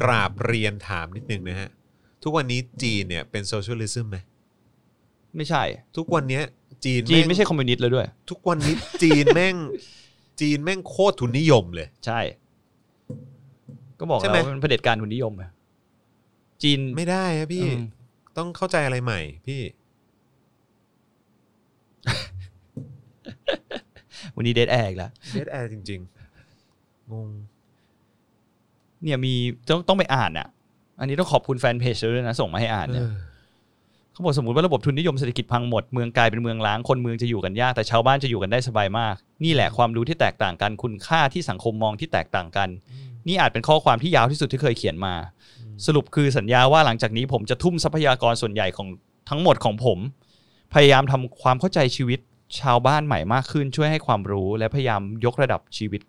กราบเรียนถามนิดนึงนะฮะ ทุกวันนี้จีนเนี่ยเป็นโซเชียลิซึมไหม
ไม่ใช่
ทุกวันเนี้ยจีน
จีน
แง
ไม่ใช่คอมมิวนิสต์แล้วด้วย
ทุกวันนี้จีนแม่ง จีนแม่งโคตรทุนนิยมเลย
ใช่ ก็บอก
ใช่
แล้
ไหม
วมันเผด็จการทุนนิยมอะจีน
ไม่ได้ฮะพี่
อืม
ต้องเข้าใจอะไรใหม่ พี่
วันนี้เดทแอร์อีกแล้ว
เดดแอร์จริง ๆ งง
เนี่ยมีต้องต้องไปอ่านอ่ะ อันนี้ต้องขอบคุณแฟนเพจด้วยนะ ส่งมาให้อ่านเนี่ย
เออ
เขาบอกสมมติว่าระบบทุนนิยมเศรษฐกิจพังหมด เมืองกลายเป็นเมืองล้างคนเมืองจะอยู่กันยากแต่ชาวบ้านจะอยู่กันได้สบายมาก นี่แหละความรู้ที่แตกต่างกันคุณค่าที่สังคมมองที่แตกต่างกัน นี่อาจเป็นข้อความที่ยาวที่สุดที่เคยเขียนมา สรุปคือสัญญาว่าหลังจากนี้ผมจะทุ่มทรัพยากรส่วนใหญ่ของทั้งหมดของผม พยายามทำความเข้าใจชีวิตชาวบ้านใหม่มากขึ้น ช่วยให้ความรู้และพยายามยกระดับชีวิต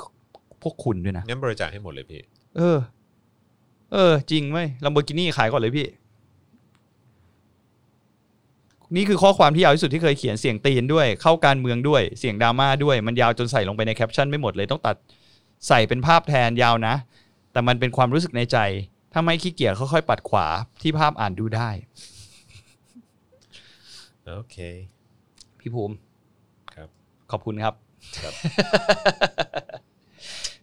พวกคุณด้วยนะ
งั้นบริจาคให้หมดเลยพี่
เออ เออ จริงไหมลัมโบกินี่ขายก่อนเลยพี่ นี่คือข้อความที่ยาวที่สุดที่เคยเขียนเสียงตีนด้วย เข้าการเมืองด้วย เสียงดราม่าด้วย มันยาวจนใส่ลงไปในแคปชั่นไม่หมดเลยต้องตัดใส่เป็นภาพแทนยาวนะ แต่มันเป็นความรู้สึกในใจ ถ้าไม่ขี้เกียจค่อยๆปัดขวาที่ภาพอ่านดูได้
โอเค
พี่ภูมิ
ครับ
ขอบคุณครับ
ครับ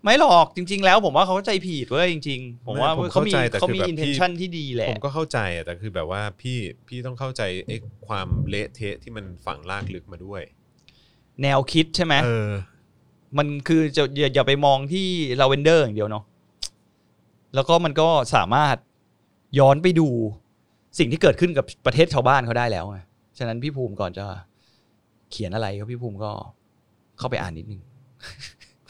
ไม่หรอกจริง ๆ แล้วผมว่าเขาเข้าใจผิดเว้ยจริง ๆ ผมว่า
ไผม
เขา
เข้า
มี
ใจแต่
เขา
คือ
มี
แบบ
อินเทน
พี่
ชั่นที่ดีแหละ
ผมก็เข้าใจอะแต่คือแบบว่าพี่พี่ต้องเข้าใจไอ้ความเละเทะที่มันฝังลากลึกมาด้วย
แนวคิดใช่ไหม
เออ
มันคือจะอย่าอย่าไปมองที่ลาเวนเดอร์อย่างเดียวเนาะ แล้วก็มันก็สามารถย้อนไปดูสิ่งที่เกิดขึ้นกับประเทศชาวบ้านเขาได้แล้วไง ฉะนั้นพี่ภูมิก่อนจะเขียนอะไรก็พี่ภูมิก็เข้าไปอ่านนิดนึง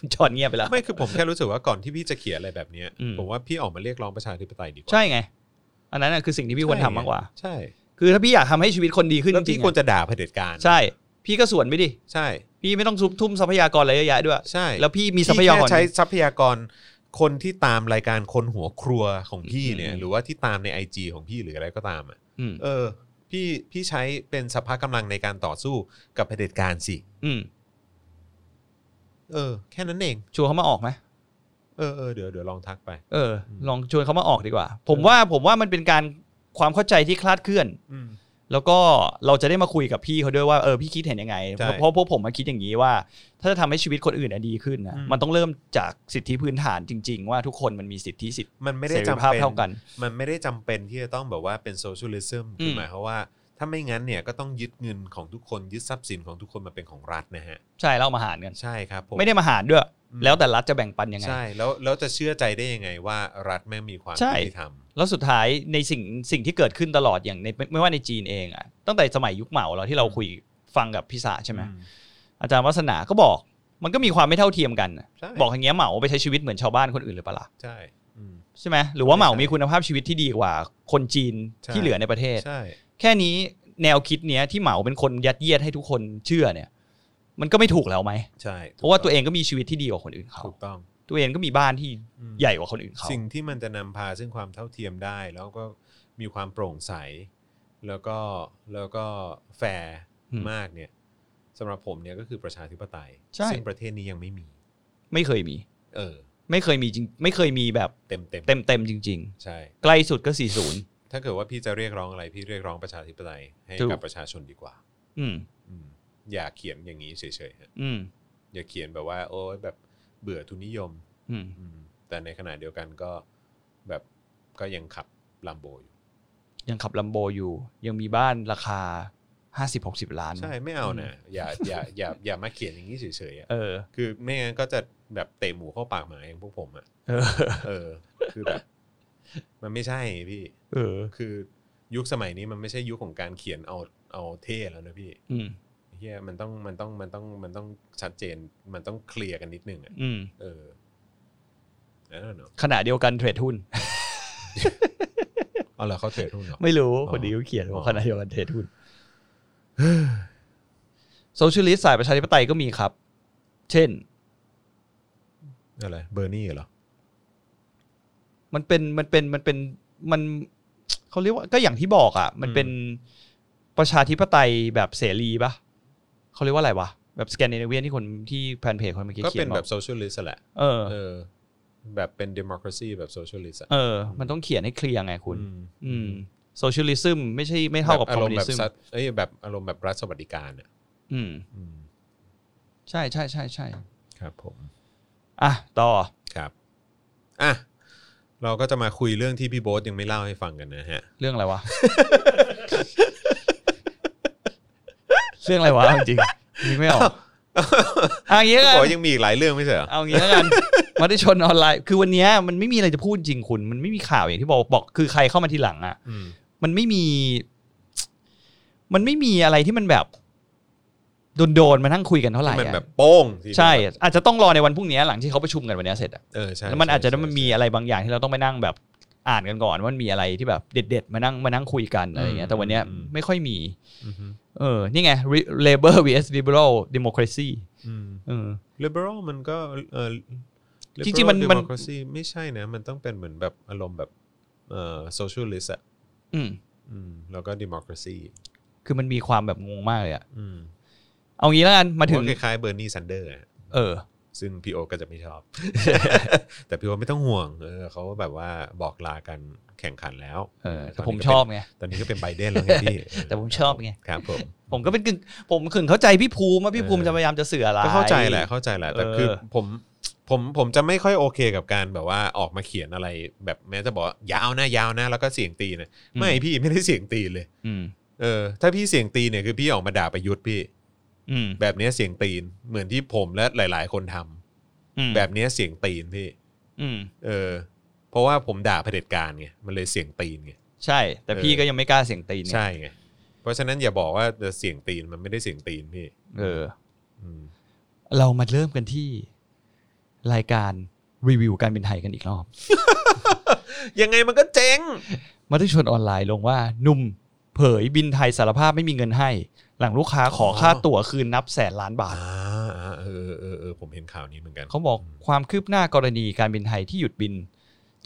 คุณจอห์นเงียบไปแล้ว
ไม่คือผมแค่รู้สึกว่าก่อนที่พี่จะเขียนอะไรแบบเนี้ย
อืม
ผมว่าพี่ออกมาเรียกร้องประชาธิปไตยดีกว่า
ใช่ไง อันนั้นนะคือสิ่งที่พี่ควรทำมากกว่า
ใช่
คือถ้าพี่อยากทำให้ชีวิตคนดีขึ้น
แล้ว
จ
พี่
ริงๆ
ควร
อะ
จะด่าเผด็จการ
ใช่ พี่ก็สวนไปดิ
ใช่
พี่ไม่ต้องทุบทุ่มทรัพยากรอะไรเยอะแยะด้วย
ใช่
แล้วพี่มีทรัพยากร
แค่ใช้ทรัพยากรคนที่ตามรายการคนหัวครัวของพี่เนี่ย
อืม
หรือว่าที่ตามใน IG ของพี่หรืออะไรก็ตามอ่ะ
อืม
เออพี่พี่ใช้เป็นสภากำลังในการต่อสู้กับเผด็จการสิ
อืม
เออ แค่นั้นเอง
ชวนเขามาออกไหม
เออเออเดี๋ยวเดี๋ยวลองทักไป
เอออ
ม
ลองชวนเขามาออกดีกว่า ผมว่าผมว่ามันเป็นการความเข้าใจที่คลาดเคลื่อน
อืม
แล้วก็เราจะได้มาคุยกับพี่เขาด้วยว่าเออพี่คิดเห็นยังไง
ใช่
เพราะพวกผมมาคิดอย่างนี้ว่า ถ้าจะทำให้ชีวิตคนอื่นอะดีขึ้นนะ
อืม
มันต้องเริ่มจากสิทธิพื้นฐานจริง ๆ ว่าทุกคนมันมีสิทธิสิทธิ
มันไม่
เส
ได้
รี
จำ
ภาพ
เป็น
เท่ากัน
มันไม่ได้จำเป็นที่จะต้องแบบว่าเป็นโซเชียลิซึม
อืม
คือหมายความว่า ถ้าไม่งั้นเนี่ยก็ต้องยึดเงินของทุกคนยึดทรัพย์สินของทุกคนมาเป็นของรัฐนะฮะ
ใช่แล้วเอามาหารกัน
ใช่ครับผม
ไม่ได้มาหารด้วย
อืม
แล้วแต่รัฐจะแบ่งปันยังไง
ใช่แล้วแล้วจะเชื่อใจได้ยังไงว่ารัฐแม่งมีความ
ใช่
ยุติธรรม
แล้วสุดท้ายในสิ่งสิ่งที่เกิดขึ้นตลอดอย่างในไม่ว่าในจีนเองอะตั้งแต่สมัยยุคเหมาเราที่เราคุยฟังกับพี่สาใช่ไหม
อื
อาจารย์วัฒนาก็บอก มันก็มีความไม่เท่าเทียมกันน่ะ
ใช่
บอกอย่างเงี้ยเหมาไปใช้ชีวิตเหมือนชาวบ้านคนอื่นหรือเปล่าล่ะ
ใช่อืม
ใช่ไหมหรือว่าเหมา
ใช่
มีคุณภาพชีวิตที่ดีกว่าคนจีน
ใช่
ที่เหลือในประเทศ
ใช่
แค่นี้แนวคิดเนี้ยที่เหมาเป็นคนยัดเยียดให้ทุกคนเชื่อเนี่ย มันก็ไม่ถูกแล้วไหม
ใช่
เพราะว่าตัวเองก็มีชีวิตที่ดีกว่าคนอื่นเขา
ถูกต้อง
ตัวเองก็มีบ้านที่
อืม
ใหญ่กว่าคนอื่นเขา
สิ่งที่มันจะนำพาซึ่งความเท่าเทียมได้ แล้วก็มีความโปร่งใส แล้วก็แล้วก็แฟร์
อืม
มากเนี่ยสำหรับผมเนี่ยก็คือประชาธิปไตย
ใช่
ซึ่งประเทศนี้ยังไม่มี
ไม่เคยมี
เออ
ไม่เคยมีจริง ไม่เคยมีแบบ
เต็มเต็ม
เต็มเต็มๆจริง ๆ
ใช่
ใกล้สุดก็ 40
ถ้าเกิดว่าพี่จะเรียกร้องอะไร พี่เรียกร้องประชาธิปไตยให้
ถูก
กับประชาชนดีกว่า
อืม
อืมอย่าเขียนอย่างนี้เฉยๆฮะ
อืม
อย่าเขียนแบบว่า โอ้ยแบบเบื่อทุนนิยม
อืม
อืมแต่ในขณะเดียวกันก็แบบก็ยังขับลัมโบอยู่
ยังขับลัมโบอยู่ ยังมีบ้านราคา 50 60 ล้าน
ใช่ไม่เอานะอย่าอย่าอย่าอย่ามาเขียนอย่างนี้เฉยๆอะ
เออ
คือไม่งั้นก็จะแบบเตะหมูเข้าปากหมาอย่างพวกผมอ่ะ
เออ
เออ คือแบบ มันไม่ใช่พี่
เออ
คือยุคสมัยนี้มันไม่ใช่ยุคของการเขียนเอาเอาเท่แล้วนะพี่
อืม
เฮียมันต้องมันต้องมันต้องมันต้องชัดเจนมันต้องเคลียร์กันนิดนึงอ่ะ
อืม
เออนั่นเนาะ
ขณะเดียวกันเทรดหุ้น
เอาเหรอเขาเทรดหุ้นเหรอ
ไม่รู้
อ๋อ
คนนี้เขาเขียน
อ๋
ว่า
อ
ขณะเดียวกันเทรดหุ้น โซเชียลิสต์สายประชาธิปไตยก็มีครับ เช่น
อะไรเบอร์นี่เหรอ
มันเป็นมันเป็นมันเป็นมันเขาเรียกว่าก็อย่างที่บอกอ่ะ มันเป็นประชาธิปไตยแบบเสรีปะเขาเรียกว่าอะไรวะแบบสแกนดิเนเวียนที่คนที่แฟนเพจคนเมื่อกี้
ก็
เขี
เป็
ย
น
น
แบบ บโซเชียลิสต์แหละ
เออ
เออ แบบเป็นดิโมคราซีแบบโซเชียลิสต์
เออ มันต้องเขียนให้เคลียร์ไงคุณ
อืม
อืมโซเชียลิซึมไม่ใช่ไม่เท่ากับ
แอ
คอม
รม
มิว
ณ์แบ
นิ
บ
ซึม
สัตว์เอ้ยแบบอารมณ์แบบรัฐสวัสดิการอ่ะ
อืม
อืม
ใช่ใช่ใช่ใช่
ครับผม
อ่ะ ต่อ
ครับอ่ะเราก็จะมาคุยเรื่องที่พี่โบ๊ทยังไม่เล่าให้ฟังกันนะฮะ
เรื่องอะไรวะ เรื่องอะไรวะเอาจริงๆนึกไม่ออกเอาอย่างงี้
พี่
แล้ว
โบ๊
กั
ท
น
ยังมีอีกหลายเรื่องไม่ใช่เหรอ
เอาอย่างงี้แล้วกันมาได้ชนออนไลน์ คือวันเนี้ยมันไม่มีอะไรจะพูดจริงคุณ มันไม่มีข่าวอย่างที่บอกบอกคือใครเข้ามาทีหลังอ่ะ
อืม
มันไม่มี มันไม่มีอะไรที่มันแบบโดนๆมานั่งคุยกันเท่าไหร่
ที่มัน
อะ
แบบโป้งทีเดียว
ใช่ อาจจะต้องรอในวันพรุ่งนี้หลังที่เขาประชุมกันวันนี้เสร็จอะ
เออใช่
แล้วมันอาจจะ
ใช่
มัน
ใช่
มีอะไรบางอย่างที่เราต้องไปนั่งแบบอ่านกันก่อนว่ามันมีอะไรที่แบบเด็ด ๆ มานั่งมานั่งคุยกันอะไรอย่างเงี้ยแต่วันเนี้ย
อืม
ไม่ค่อยมี
อือฮึ
เออ นี่ไง Re- Labor vs Liberal Democracy
อืม
เออ
liberal มันก็เออ liberal
จริงๆมันมัน
democracy ไม่ใช่นะ มันต้องเป็นเหมือนแบบอารมณ์แบบเอ่อ socialist อ่ะ
อืม
อืมแล้วก็ democracy
คือมันมีความแบบงงมากเลยอะ
อืม
เอางี้แล้วกันมาถึง
ว่าคล้ายๆเบอร์นี s ซันเดอร์
เออ
ซึ่งพี่โอก็จะไม่ชอบ แต่พี่โอไม่ต้องห่วงเออเขาแบบว่าบอกลากันแข่งขันแล้ว
เออ แต่
ตน
ผม
นี้ก็เป็น
ชอบไง
ตอนนี้ก็เป็นไบเดนแล้วไงพี่
แต่ผมชอบไง
ครับผม
ผมก็เป็นกึ่งผมขึ่งเข้าใจพี่ภูมิว่าพี่ภูมิ
เออ
จะพยายามจะเสืออะไร
ก็เข้าใจแหละเข้าใจแหละ แต่
เออ
คือผมผมผมจะไม่ค่อยโอเคกับการแบบว่าออกมาเขียนอะไรแบบแม้จะบอกว่ายาวนะยาวนะแล้วก็เสียงตีนะไม่พี่ไม่ได้เสียงตีเลย
อืม
เออถ้าพี่เสียงตีเนี่ยคือพี่ออกมาด่าประยุทธ์พี่
อืม
แบบเนี้ยเสียงตีนเหมือนที่ผมและหลาย ๆ คนทำ
อืม
แบบเนี้ยเสียงตีนพี่
อืม
เออเพราะว่าผมด่าเผด็จการไงมันเลยเสียงตีนไง
ใช่ แต่พี่ก็ยังไม่กล้าเสียงตีนไง
ใช่ไงเพราะฉะนั้นอย่าบอกว่าจะเสียงตีนมันไม่ได้เสียงตีนพี่
เออ
อืม
เรามาเริ่มกันที่รายการรีวิวการเป็นไทยกันอีกรอบ
ยังไงมันก็เจ๊ง
มติชนออนไลน์ลงว่าหนุ่มเผยบินไทยสารภาพไม่มีเงินให้ หลังลูกค้าขอ
อ๋อ
ค่าตั๋วคืนนับแสนล้านบาท
อ่าอ่าเออเออเออผมเห็นข่าวนี้เหมือนกัน
เขาบอกความคืบหน้ากรณีการบินไทยที่หยุดบิน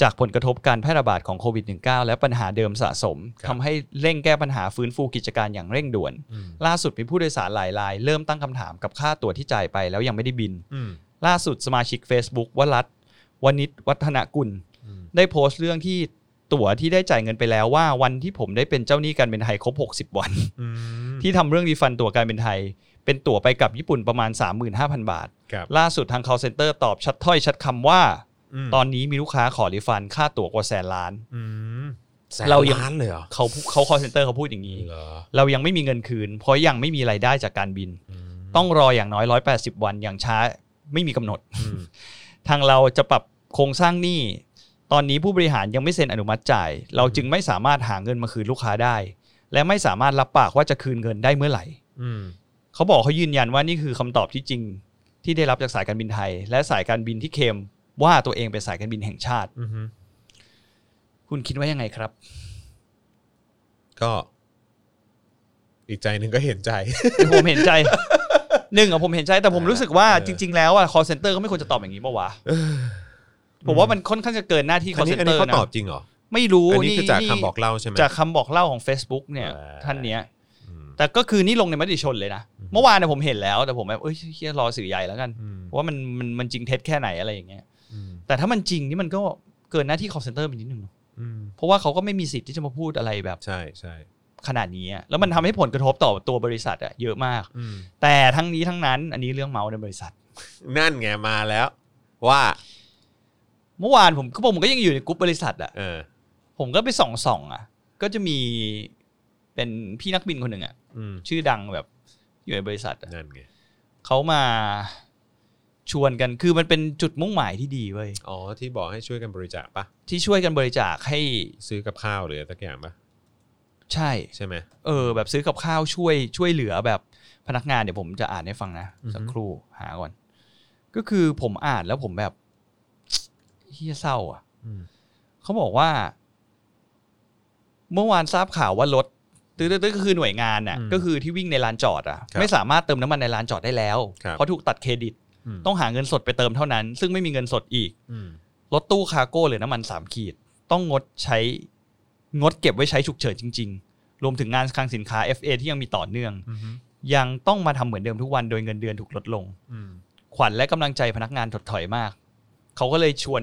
จากผลกระทบการแพร่ระบาดของโควิด -19 และปัญหาเดิมสะสมทำให้เร่งแก้ปัญหาฟื้นฟูกิจการอย่างเร่งด่วน
อืม
ล่าสุดมีผู้โดยสารหลายราย เริ่มตั้งคำถามกับค่าตั๋วที่จ่ายไปแล้วยังไม่ได้บิน
อืม
ล่าสุดสมาชิก Facebook วรัตน์วณิชวัฒนกุล
อืม
ได้โพสต์เรื่องที่ตั๋วที่ได้จ่ายเงินไปแล้วว่าวันที่ผมได้เป็นเจ้าหนี้การบินไทยครบ 60 วัน
อืม
ที่ทำเรื่องรีฟันตั๋วการบินไทย เป็นตั๋วไปกลับญี่ปุ่นประมาณ 35,000 บาท
ครับ
ล่าสุดทาง call center ตอบชัดถ้อยชัดคำว่า
ม
ตอนนี้มีลูกค้าขอรีฟันค่าตั๋วกว่าแสนล้าน
อืมแสน
เรายัง
ล้านเลยเหรอ
เขาเขา call center เขาพูดอย่างนี้
เหรอ
เรายังไม่มีเงินคืน เพราะยังไม่มีรายได้จากการบิน
ม
ต้องรออย่างน้อย 180 วันอย่างช้าไม่มีกำหนด
อืม
ทางเราจะปรับโครงสร้างหนี้ ตอนนี้ผู้บริหารยังไม่เซ็นอนุมัติจ่าย เราจึงไม่สามารถหาเงินมาคืนลูกค้าได้ และไม่สามารถรับปากว่าจะคืนเงินได้เมื่อไหร่
อืม
เขาบอกเขายืนยันว่านี่คือคำตอบที่จริง ที่ได้รับจากสายการบินไทย และสายการบินที่เคลมว่าตัวเองเป็นสายการบินแห่งชาติ
อืม
คุณคิดว่ายังไงครับ
ก็ อีกใจหนึ่งก็เห็นใจ
ผมเห็นใจหนึ่งอะผมเห็นใจแต่ผมรู้สึกว่า
เออ
จริง ๆ แล้วอะ call center ก็ไม่ควรจะตอบอย่างนี้ปะวะผมว่ามันค่อนข้างจะเกินหน้าที่
อัน
call
นี้อันนี้
center
เขา
นะ
ตอบจริงเหรอ
ไม่รู้
อันนี้คือจาก
นี่
คำบอกเล่าใช่ไหม
จากคำบอกเล่าของ Facebook เนี่ย
อ่า
ท่านเนี้ย
อืม
แต่ก็คือนี่ลงในมติชนเลยนะ
อืม
เมื่อวานเนี่ยผมเห็นแล้วแต่ผมแบบเอ้ยเฮียรอสื่อใหญ่แล้วกัน
อืม
ว่ามันมันมันจริงเท็จแค่ไหนอะไรอย่างเงี้ย
อืม
แต่ถ้ามันจริงนี่มันก็เกินหน้าที่ call center ไปนิดนึงเนอะ
อืม
เพราะว่าเขาก็ไม่มีสิทธิ์ที่จะมาพูดอะไรแบบ
ใช่ใช่
ขนาดนี้อะแล้วมันทำให้ผลกระทบต่อตัวบริษัทอะเยอะมาก
อืม
แต่ทั้งนี้ทั้งนั้นอันนี้เรื่องเมาส์ในบริษัท
นั่นไงมาแล้ว ว่า
เมื่อวานผมก็ผมก็ยังอยู่ในกลุ่มบริษัทอะ
เออ
ผมก็ไปส่องส่องๆอะก็จะมีเป็นพี่นักบินคนหนึ่งอะ
อืม
ชื่อดังแบบอยู่ในบริษัทอะ
นั่นไง
เขามาชวนกันคือมันเป็นจุดมุ่งหมายที่ดีเว้ย
อ๋อที่บอกให้ช่วยกันบริจาคปะ
ที่ช่วยกันบริจาคให้
ซื้อกับข้าวหรืออะไรสักอย่างปะ
ใช่
ใช่ไหม
เออ แบบซื้อกับข้าวช่วยช่วยเหลือแบบพนักงานเดี๋ยวผมจะอ่านให้ฟังนะ
อือฮึ
สักครู่หาก่อน ก็คือผมอ่านแล้วผมแบบ เฮียเศร้าอ่ะ
อืม
เขาบอกว่า เมื่อวานทราบข่าวว่ารถตื้อๆก็คือหน่วยงานน่ะ ก็คือที่วิ่งในลานจอดอ่ะ
ครับ
ไม่สามารถเติมน้ำมันในลานจอดได้แล้ว
ครับ
เพราะถูกตัดเครดิต
ม
ต้องหาเงินสดไปเติมเท่านั้น ซึ่งไม่มีเงินสดอีก
อืม
รถตู้คาร์โก้เหรือน้ำมัน 3 ขีด ต้องงดใช้งดเก็บไว้ใช้ฉุกเฉินจริง ๆ รวมถึงงานคลังสินค้า FA ที่ยังมีต่อเนื่อง
อืม
ยังต้องมาทำเหมือนเดิมทุกวันโดยเงินเดือนถูกลดลง
อืม
ขวัญและกำลังใจพนักงานถดถอยมาก เขาก็เลยชวน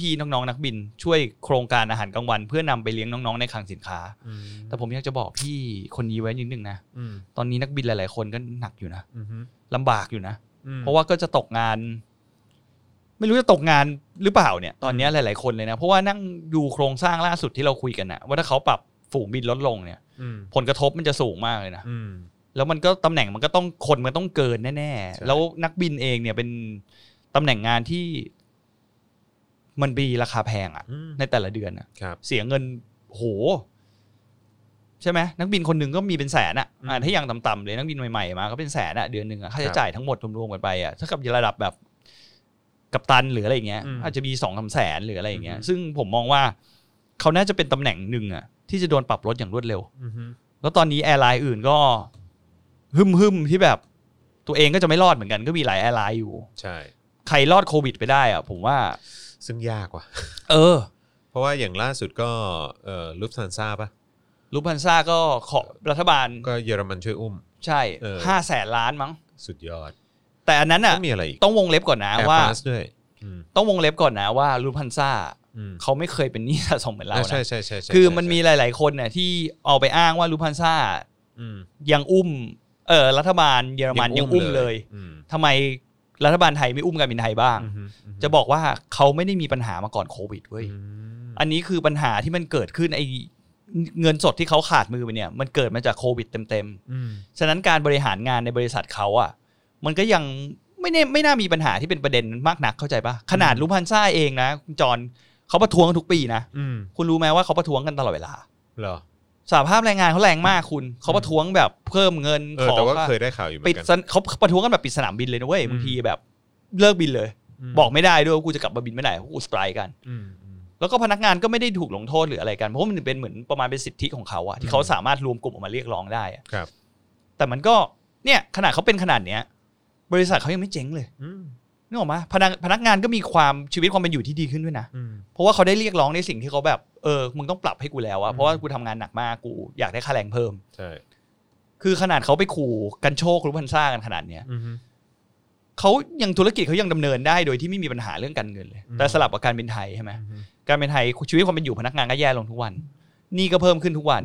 พี่ๆน้องๆ นักบิน ช่วยโครงการอาหารกลางวัน เพื่อนำไปเลี้ยงน้องๆในคลังสินค้า
อืม
แต่ผมอยากจะบอกพี่คนนี้ไว้นิดนึงนะ
อืม
ตอนนี้นักบินหลายๆคนก็หนักอยู่นะ
อืม
ลำบากอยู่นะ
อืม
เพราะว่าก็จะตกงาน ไม่รู้จะตกงานหรือเปล่าเนี่ย ตอนเนี้ยหลาย ๆ คนเลยนะ เพราะว่านั่งดูโครงสร้างล่าสุดที่เราคุยกันนะว่าถ้าเขาปรับฝูงบินลดลงเนี่ย
อืม
ผลกระทบมันจะสูงมากเลยนะ
อืม
แล้วมันก็ตำแหน่งมันก็ต้องคนมันต้องเกินแน่
ใช่
ๆ แล้วนักบินเองเนี่ยเป็นตำแหน่งงานที่มันมีราคาแพงอะ
อืม
ในแต่ละเดือนอะ
ครับ
เสียเงินโห ใช่ไหมนักบินคนหนึ่งก็มีเป็นแสนอะอ่ะ
อืม
ถ้าอย่างต่ำๆเลยนักบินใหม่ๆมาก็เป็นแสนอะเดือนหนึ่งอะ
ค
ค่าใช้
รับ
จ่ายทั้งหมดรวมๆกันไปอะถ้ากับระดับแบบกัปตันหรืออะไรอย่างเงี้ย
อืม
อาจจะมีสองสามแสนหรืออะไรอย่างเงี้ย
อืม
ซึ่งผมมองว่าเขาน่าจะเป็นตำแหน่งหนึ่งอะที่จะโดนปรับลดอย่างรวดเร็ว
อืม
แล้วตอนนี้แอร์ไลน์อื่นก็ฮึมฮึมๆที่แบบ ตัวเองก็จะไม่รอดเหมือนกันก็มีหลายแอร์ไลน์อยู่
ใช่
ใครรอดโควิดไปได้อะผมว่า
ซึ่งยากว่ะ
เออ
เพราะว่าอย่างล่าสุดก็เอ่อลูฟทันซาปะ
รูปันซ่าก็ขอรัฐบาล
ก็เยอรมันช่วยอุ้ม
ใช่
เออ
ห้าแสนล้านมั้ง
สุดยอด
แต่อันนั้นอ่ะ
ก็มีอะไรอีก
ต้องวงเล็บก่อนนะ
แอร์
ว่า
ฟาสด้วยอืม
ต้องวงเล็บก่อนนะว่ารูปันซ่า
อืม
เขาไม่เคยเป็นหนี้สะสมเหมือนเรา
อ่ะใช่
นะ
ใช่ใช่ใช่
คือ
ใช่
มันมี
ใช่
หลาย ๆ คนเนี่ยที่เอาไปอ้างว่ารูปันซ่า
อืม
ยังอุ้ม เออรัฐบาลเยอรมันยังอุ้มเลย
อืม
ทำไมรัฐบาลไทยไม่อุ้มการบินไทยบ้าง
อืมอืม
จะบอกว่าเขาไม่ได้มีปัญหามาก่อนโควิดเว้ย
อืม
อันนี้คือปัญหาที่มันเกิดขึ้นไอเงินสดที่เขาขาดมือไปเนี่ย มันเกิดมาจากโควิดเต็ม
อืม
ๆ ฉะนั้นการบริหารงานในบริษัทเขาอ่ะ มันก็ยังไม่ได้ไม่น่ามีปัญหาที่เป็นประเด็นมากนักเข้าใจปะขนาด
อืม
ลุพันซ่าเองนะคุณจอนเขาประท้วงกันทุกปีนะ
อืม
คุณรู้ไหมว่าเขาประท้วงกันตลอดเวลา
เหรอ
สหภาพแรงงานเขาแรงมากคุณเขาประท้วงแบบเพิ่มเงิน
เอ
ข
อ
อ
แต่ว่า
ค่า
เคยได้ข่าวอยู่เหมือ
ปิด
นกัน
สนเขาประท้วงกันแบบปิดสนามบินเลยนะเว้ย
อืม
บางทีแบบเลิกบินเลย
ม
บอกไม่ได้ด้วยว่ากูจะกลับมาบินไม่ได้เพราะกูสไตรค์กัน
อืมอืม
แล้วก็พนักงานก็ไม่ได้ถูกลงโทษหรืออะไรกัน เพราะว่ามันเป็นเหมือนประมาณเป็นสิทธิของเขาอะ
อื
ที่
ม
เขาสามารถรวมกลุ่มออกมาเรียกร้องได้อะ
ครับ
แต่มันก็เนี่ยขนาดเขาเป็นขนาดเนี้ย บริษัทเขายังไม่เจ๊งเลย
อืม
นึกออกไหมพนักพนักงานก็มีความชีวิตความเป็นอยู่ที่ดีขึ้นด้วยนะ
อืม
เพราะว่าเขาได้เรียกร้องในสิ่งที่เขาแบบเออมึงต้องปรับให้กูแล้ว
อื
อะ
ม
เพราะว่ากูทำงานหนักมากกูอยากได้ค่าแรงเพิ่ม
ใช่
คือขนาดเขาไปขู่กันโชครู้พันซ่ากันขนาดเนี้ย
อืม
เขายังธุรกิจเขายังดำเนินได้โดยที่ไม่มีปัญหาเรื่องการเงินเลย
อืม
แต่สลับกับการเป็นไทยใช่ไหม
อืม
การเป็นไทยชีวิตความเป็นอยู่พนักงานก็แย่ลงทุกวันหนี่ก็เพิ่มขึ้นทุกวัน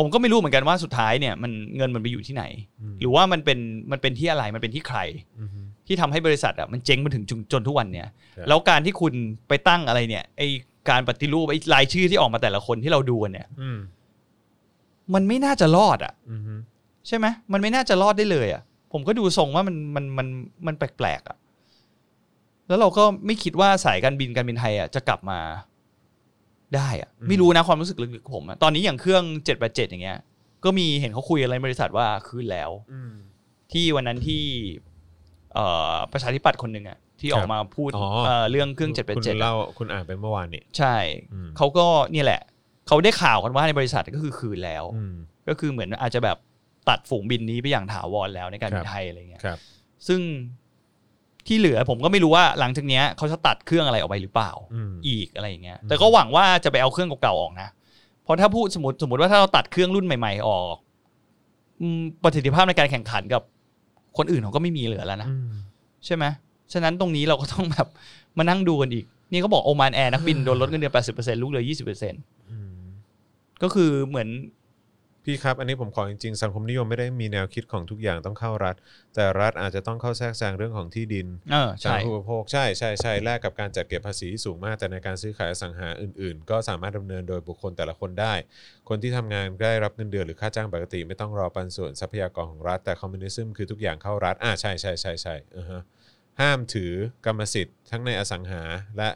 ผมก็ไม่รู้เหมือนกันว่าสุดท้ายเนี่ยมันเงินมันไปอยู่ที่ไหน
ม
หรือว่ามันเป็นมันเป็นที่อะไรมันเป็นที่ใคร
อืม
ที่ทำให้บริษัทอ่ะมันเจ๊งมาถึงจนจนทุกวันเนี่ย
ครับ
แล้วการที่คุณไปตั้งอะไรเนี่ยไอการปฏิรูปไอรายชื่อที่ออกมาแต่ละคนที่เราดูกันเนี่ย
อืม
มันไม่น่าจะรอดอ่ะ
อืม
ใช่ไหมมันไม่น่าจะรอดได้เลยอ่ะ ผมก็ดูทรงว่ามันมันมันมันแปลกๆอ่ะ แล้วเราก็ไม่คิดว่าสายการบินการบินไทยอ่ะจะกลับมาได้อ่ะ ไม่รู้นะความรู้สึกลึกๆของผมอ่ะ ตอนนี้อย่างเครื่อง 787 อย่างเงี้ย ก็มีเห็นเขาคุยอะไรบริษัทว่าคืนแล้ว
อืม
ที่วันนั้นที่ เอ่อประชาธิปัตย์คนหนึ่งอ่ะที่ออกมาพูด
อ๋อ
เอ่อเรื่องเครื่อง
คุณ
787อะ
เล่าคุณอ่านไปเมื่อวานนี่
ใช่
อืม
เขาก็เนี่ยแหละ เขาได้ข่าวกันว่าในบริษัทก็คือคืนแล้ว
อืม
ก็คือเหมือนอาจจะแบบตัดฝูงบินนี้ไปอย่างถาวรแล้วในการ
ค
บิ
รั
น
บ
ไทยอะไรเงี้ย
ครับ
ซึ่งที่เหลือผมก็ไม่รู้ว่าหลังจากเนี้ยเขาจะตัดเครื่องอะไรออกไปหรือเปล่า
อืม
อีกอะไรอย่างเงี้ย
อืม
แต่ก็หวังว่าจะไปเอาเครื่องเก่าๆออกนะ เพราะถ้าพูดสมมติสมมติว่าถ้าเราตัดเครื่องรุ่นใหม่ ๆ ออกอืมประสิทธิภาพในการแข่งขันกับคนอื่นเขาก็ไม่มีเหลือแล้วนะ
อืม
ใช่ไหมฉะนั้นตรงนี้เราก็ต้องแบบมานั่งดูกันอีก นี่เขาบอกโอมานแอร์นักบินโดนลดเงินเดือน 80%ลูกเรือ 20%
อืม
ก็คือเหมือน
พี่ครับ อันนี้ผมขอจริงๆ สังคมนิยมไม่ได้มีแนวคิดของทุกอย่างต้องเข้ารัฐ แต่รัฐอาจจะต้องเข้าแทรกแซงเรื่องของที่ดิน
เออ
สา
ใช่
ธารณูปโภคใช่ใช่ใช่แลกกับการจัดเก็บภาษีที่สูงมาก แต่ในการซื้อขายอสังหาอื่นๆ ก็สามารถดำเนินโดยบุคคลแต่ละคนได้ คนที่ทำงานได้รับเงินเดือนหรือค่าจ้างปกติ ไม่ต้องรอปันส่วนทรัพยากรของรัฐ แต่คอมมิวนิซึมคือทุกอย่างเข้ารัฐอ่าใช่ใช่ใช่ใช่อือฮะห้ามถือกรรมสิทธิ์ทั้งในอสังหาและ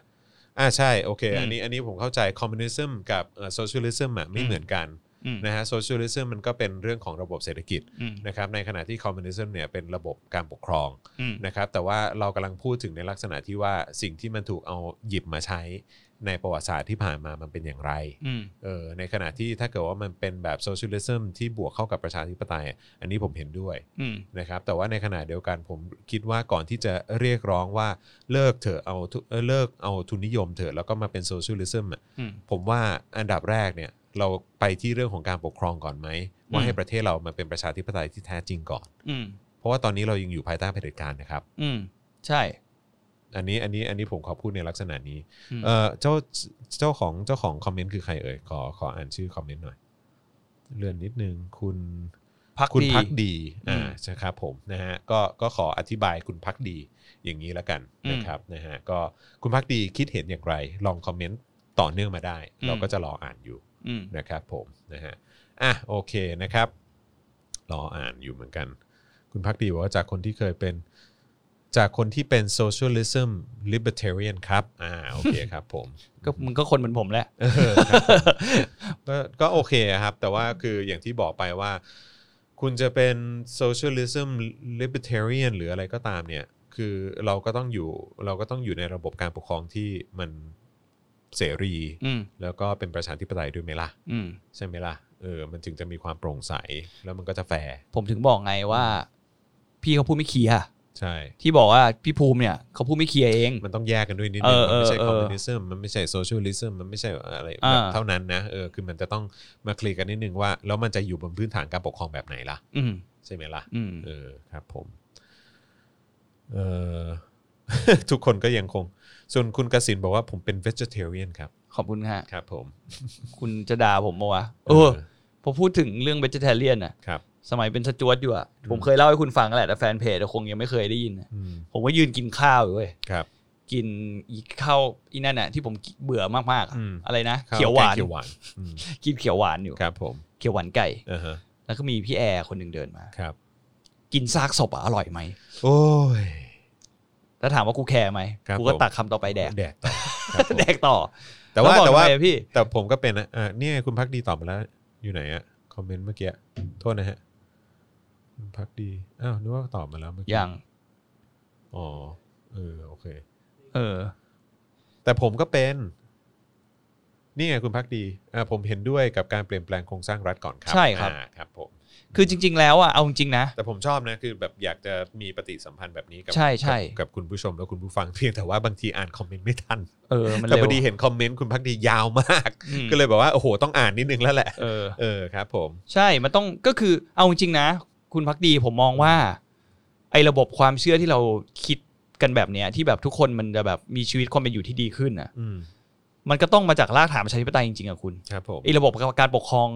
อ่าใช่โอเคอันนี้อันนี้ผมเข้าใจคอมมิวนิซึมกับโซเชียลิซึมอ่ะไม่เหมือนกัน
อืม
นะฮะโซเชียลิซึมมันก็เป็นเรื่องของระบบเศรษฐกิจ
อืม
นะครับในขณะที่คอมมิวนิซึมเนี่ยเป็นระบบการปกครอง
อืม
นะครับแต่ว่าเรากำลังพูดถึงในลักษณะที่ว่าสิ่งที่มันถูกเอาหยิบมาใช้ในประวัติศาสตร์ที่ผ่านมามันเป็นอย่างไร
อืม
เออในขณะที่ถ้าเกิดว่ามันเป็นแบบโซเชียลิซึมที่บวกเข้ากับประชาธิปไตยอ่ะอันนี้ผมเห็นด้วย
อืม
นะครับแต่ว่าในขณะเดียวกันผมคิดว่าก่อนที่จะเรียกร้องว่าเลิกเถอะเอาทุเออเลิกเอาทุนนิยมเถอะแล้วก็มาเป็นโซเชียลิซึมอ่ะ
อืม
ผมว่าอันดับแรกเนี่ยเราไปที่เรื่องของการปกครองก่อนไหม ว่าให้ประเทศเรามาเป็นประชาธิปไตยที่แท้จริงก่อน
อืม
เพราะว่าตอนนี้เรายังอยู่ภายใต้เผด็จการนะครับ
อืม ใช่
อันนี้อันนี้อันนี้ผมขอพูดในลักษณะนี้
อืม
เออเจ้าเจ้าของเจ้าของคอมเมนต์คือใครเอ่ยขอขออ่านชื่อคอมเมนต์หน่อย เลื่อนนิดนึงคุณ
พัก
คุณ
ดี
พักดีอ่า
อืม
ใช่ครับผมนะฮะก็ก็ขออธิบายคุณพักดีอย่างนี้ละกัน
อืม
นะครับนะฮะก็คุณพักดีคิดเห็นอย่างไร ลองคอมเมนต์ต่อเนื่องมาได้ เรา
อืม
ก็จะรออ่านอยู่
อืม
นะครับผมนะฮะอ่ะโอเคนะครับ รออ่านอยู่เหมือนกัน คุณพักดีบอกว่าจากคนที่เคยเป็นจากคนที่เป็น socialism libertarian ครับอ่าโอเคครับผม
ก็มึงก็คนเหมือนผมแหละ
เออครับ ผมก็ก็โอเคครับ แต่ว่าคืออย่างที่บอกไปว่า คุณจะเป็น socialism libertarian หรืออะไรก็ตามเนี่ย คือเราก็ต้องอยู่เราก็ต้องอยู่ในระบบการปกครองที่มันเสรี
อืม
แล้วก็เป็นประชาธิปไตยด้วยไหมล่ะ
อืม
ใช่ไหมล่ะ เออ มันถึงจะมีความโปร่งใส แล้วมันก็จะแฟร์
ผมถึงบอกไงว่า พี่เขาพูดไม่เคลียร์
ใช่
ที่บอกว่าพี่ภูมิเนี่ยเขาพูดไม่เคลียร์เอง
มันต้องแยกกันด้วยนิด
เอ
นึง
อ
มันไม่ใช่
เอ
ค
อเอ
อม
อ
มิวนิซึม มันไม่ใช่โซเชียลิซึม มันไม่ใช่อะไร
อ่า
แบบเท่านั้นนะ เออ คือมันจะต้องมาเคลียร์กันนิดนึงว่า แล้วมันจะอยู่บนพื้นฐานการปกครองแบบไหนล่ะ
อืม
ใช่ไหมล่ะ
อืม
เออ ครับผม เออ ทุกคนก็ยังคง ส่วนคุณกสินบอกว่าผมเป็น vegetarian ครับ
ขอบคุณฮะ
ครับผม
คุณจะด่าผมมาวะเออพอพูดถึงเรื่องเ e จ e เทเรียนน่ะ
ครับ
สมัยเป็นสจวตอยู่อะ
อืม
ผมเคยเล่าให้คุณฟังแหละแต่แฟนเพจคงยังไม่เคยได้ยินน่ะ
อืม
ผมก็ยืนกินข้าวอยู่เว้ย
ครับ
กินอีข้าวอีนั่นน่ะที่ผมเบื่อมากๆอะ
อืม
อะไรนะ
ข้
เขียวหวาน
แกงเขียวหวานอืม
กินเขียวหวานอยู่
ครับผม
เขียวหวานไก่
อ่าฮะ
แล้วก็มีพี่แอร์คนหนึ่งเดินมา
ครับ
กินซากศพอะอร่อยไหม
โอ้ย
แล้วถามว่ากูแคร์ไหม
ครับ
กูก็
ผม
ตักคำต่อไปแดก
แดกต่อครับผม
แดกต่อ
แต่ว่า
ล้บอก
แต่ว่า
ทำไมอะพี่
แต่ผมก็เป็นนะอ่ะเนี่ยคุณพักดีตอบมาแล้ว อยู่ไหนอะคอมเมนต์เมื่อกี้โทษนะฮะคุณพักดีอ้าวนึกว่าตอบมาแล้วเมื่อกี้
อย่าง
อ๋อเออโอเค
เออ
แต่ผมก็เป็น นี่ไงคุณพักดีอ่าผมเห็นด้วยกับการเปลี่ยนแปลงโครงสร้างรัฐก่อนครั
ใช่ครับ
อ่าครับผม
คือจริง ๆ แล้วอ่ะเอาจริงๆนะ
แต่ผมชอบนะคือแบบอยากจะมีปฏิสัมพันธ์แบบนี้กับ
ใช่ใช่
กับกับคุณผู้ชมและคุณผู้ฟังเพียงแต่ว่าบางทีอ่านคอมเมนต์ไม่ทัน
เออ มัน
แต่
เร็
พ
ว
อดีเห็นคอมเมนต์คุณพักดียาวมาก
อืม
ก็เลยแบบว่าโอ้โหต้องอ่านนิดนึงแล้วแหละ
เออ
เออครับ ผม
ใช่ มันต้องก็คือเอาจริงๆนะ คุณพักดีผมมองว่า ไอ้ระบบความเชื่อที่เราคิดกันแบบเนี้ย ที่แบบทุกคนมันจะแบบมีชีวิตความเป็นอยู่ที่ดีขึ้นอ่ะ
อืม
มันก็ต้องมาจากรากฐานประชาธิปไตยจริงๆอะคุณ
ครับผม
ไอ้ระบบการปกครอง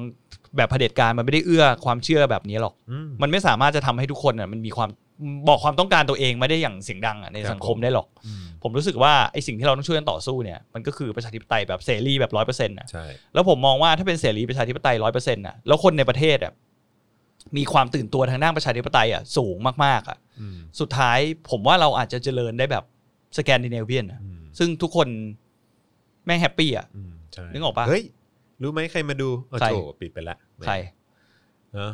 แบบเผด็จการมันไม่ได้เอื้อความเชื่อแบบนี้หรอก
อืม
มันไม่สามารถจะทำให้ทุกคนอ่ะมันมีความบอกความต้องการตัวเองไม่ได้อย่างเสียงดังอ่ะในสังคม
ครับผม
ได้หรอก
อืม
ผมรู้สึกว่าไอ้สิ่งที่เราต้องช่วยกันต่อสู้เนี่ยมันก็คือประชาธิปไตยแบบเสรีแบบร้อยเปอร์เซ็นต์ะ
ใช่
แล้วผมมองว่าถ้าเป็นเสรีประชาธิปไตยร้อยเปอร์เซ็นต์ะแล้วคนในประเทศอ่ะมีความตื่นตัวทางด้านประชาธิปไตยอ่ะสูงมากๆอ่ะ
อืม
สุดท้ายผมว่าเราอาจจะเจริญได้แบบสแกนดิเนเวียนอะ
อืม
ซึ่งทุกคนแม่งแฮปปี้อ่ะ
อืมใช่
นึกออกปะ
เฮ้ยรู้ไหมใครมาดูอ๋อ
ใคร
โจปิดไปละ
ใคร
เนอะ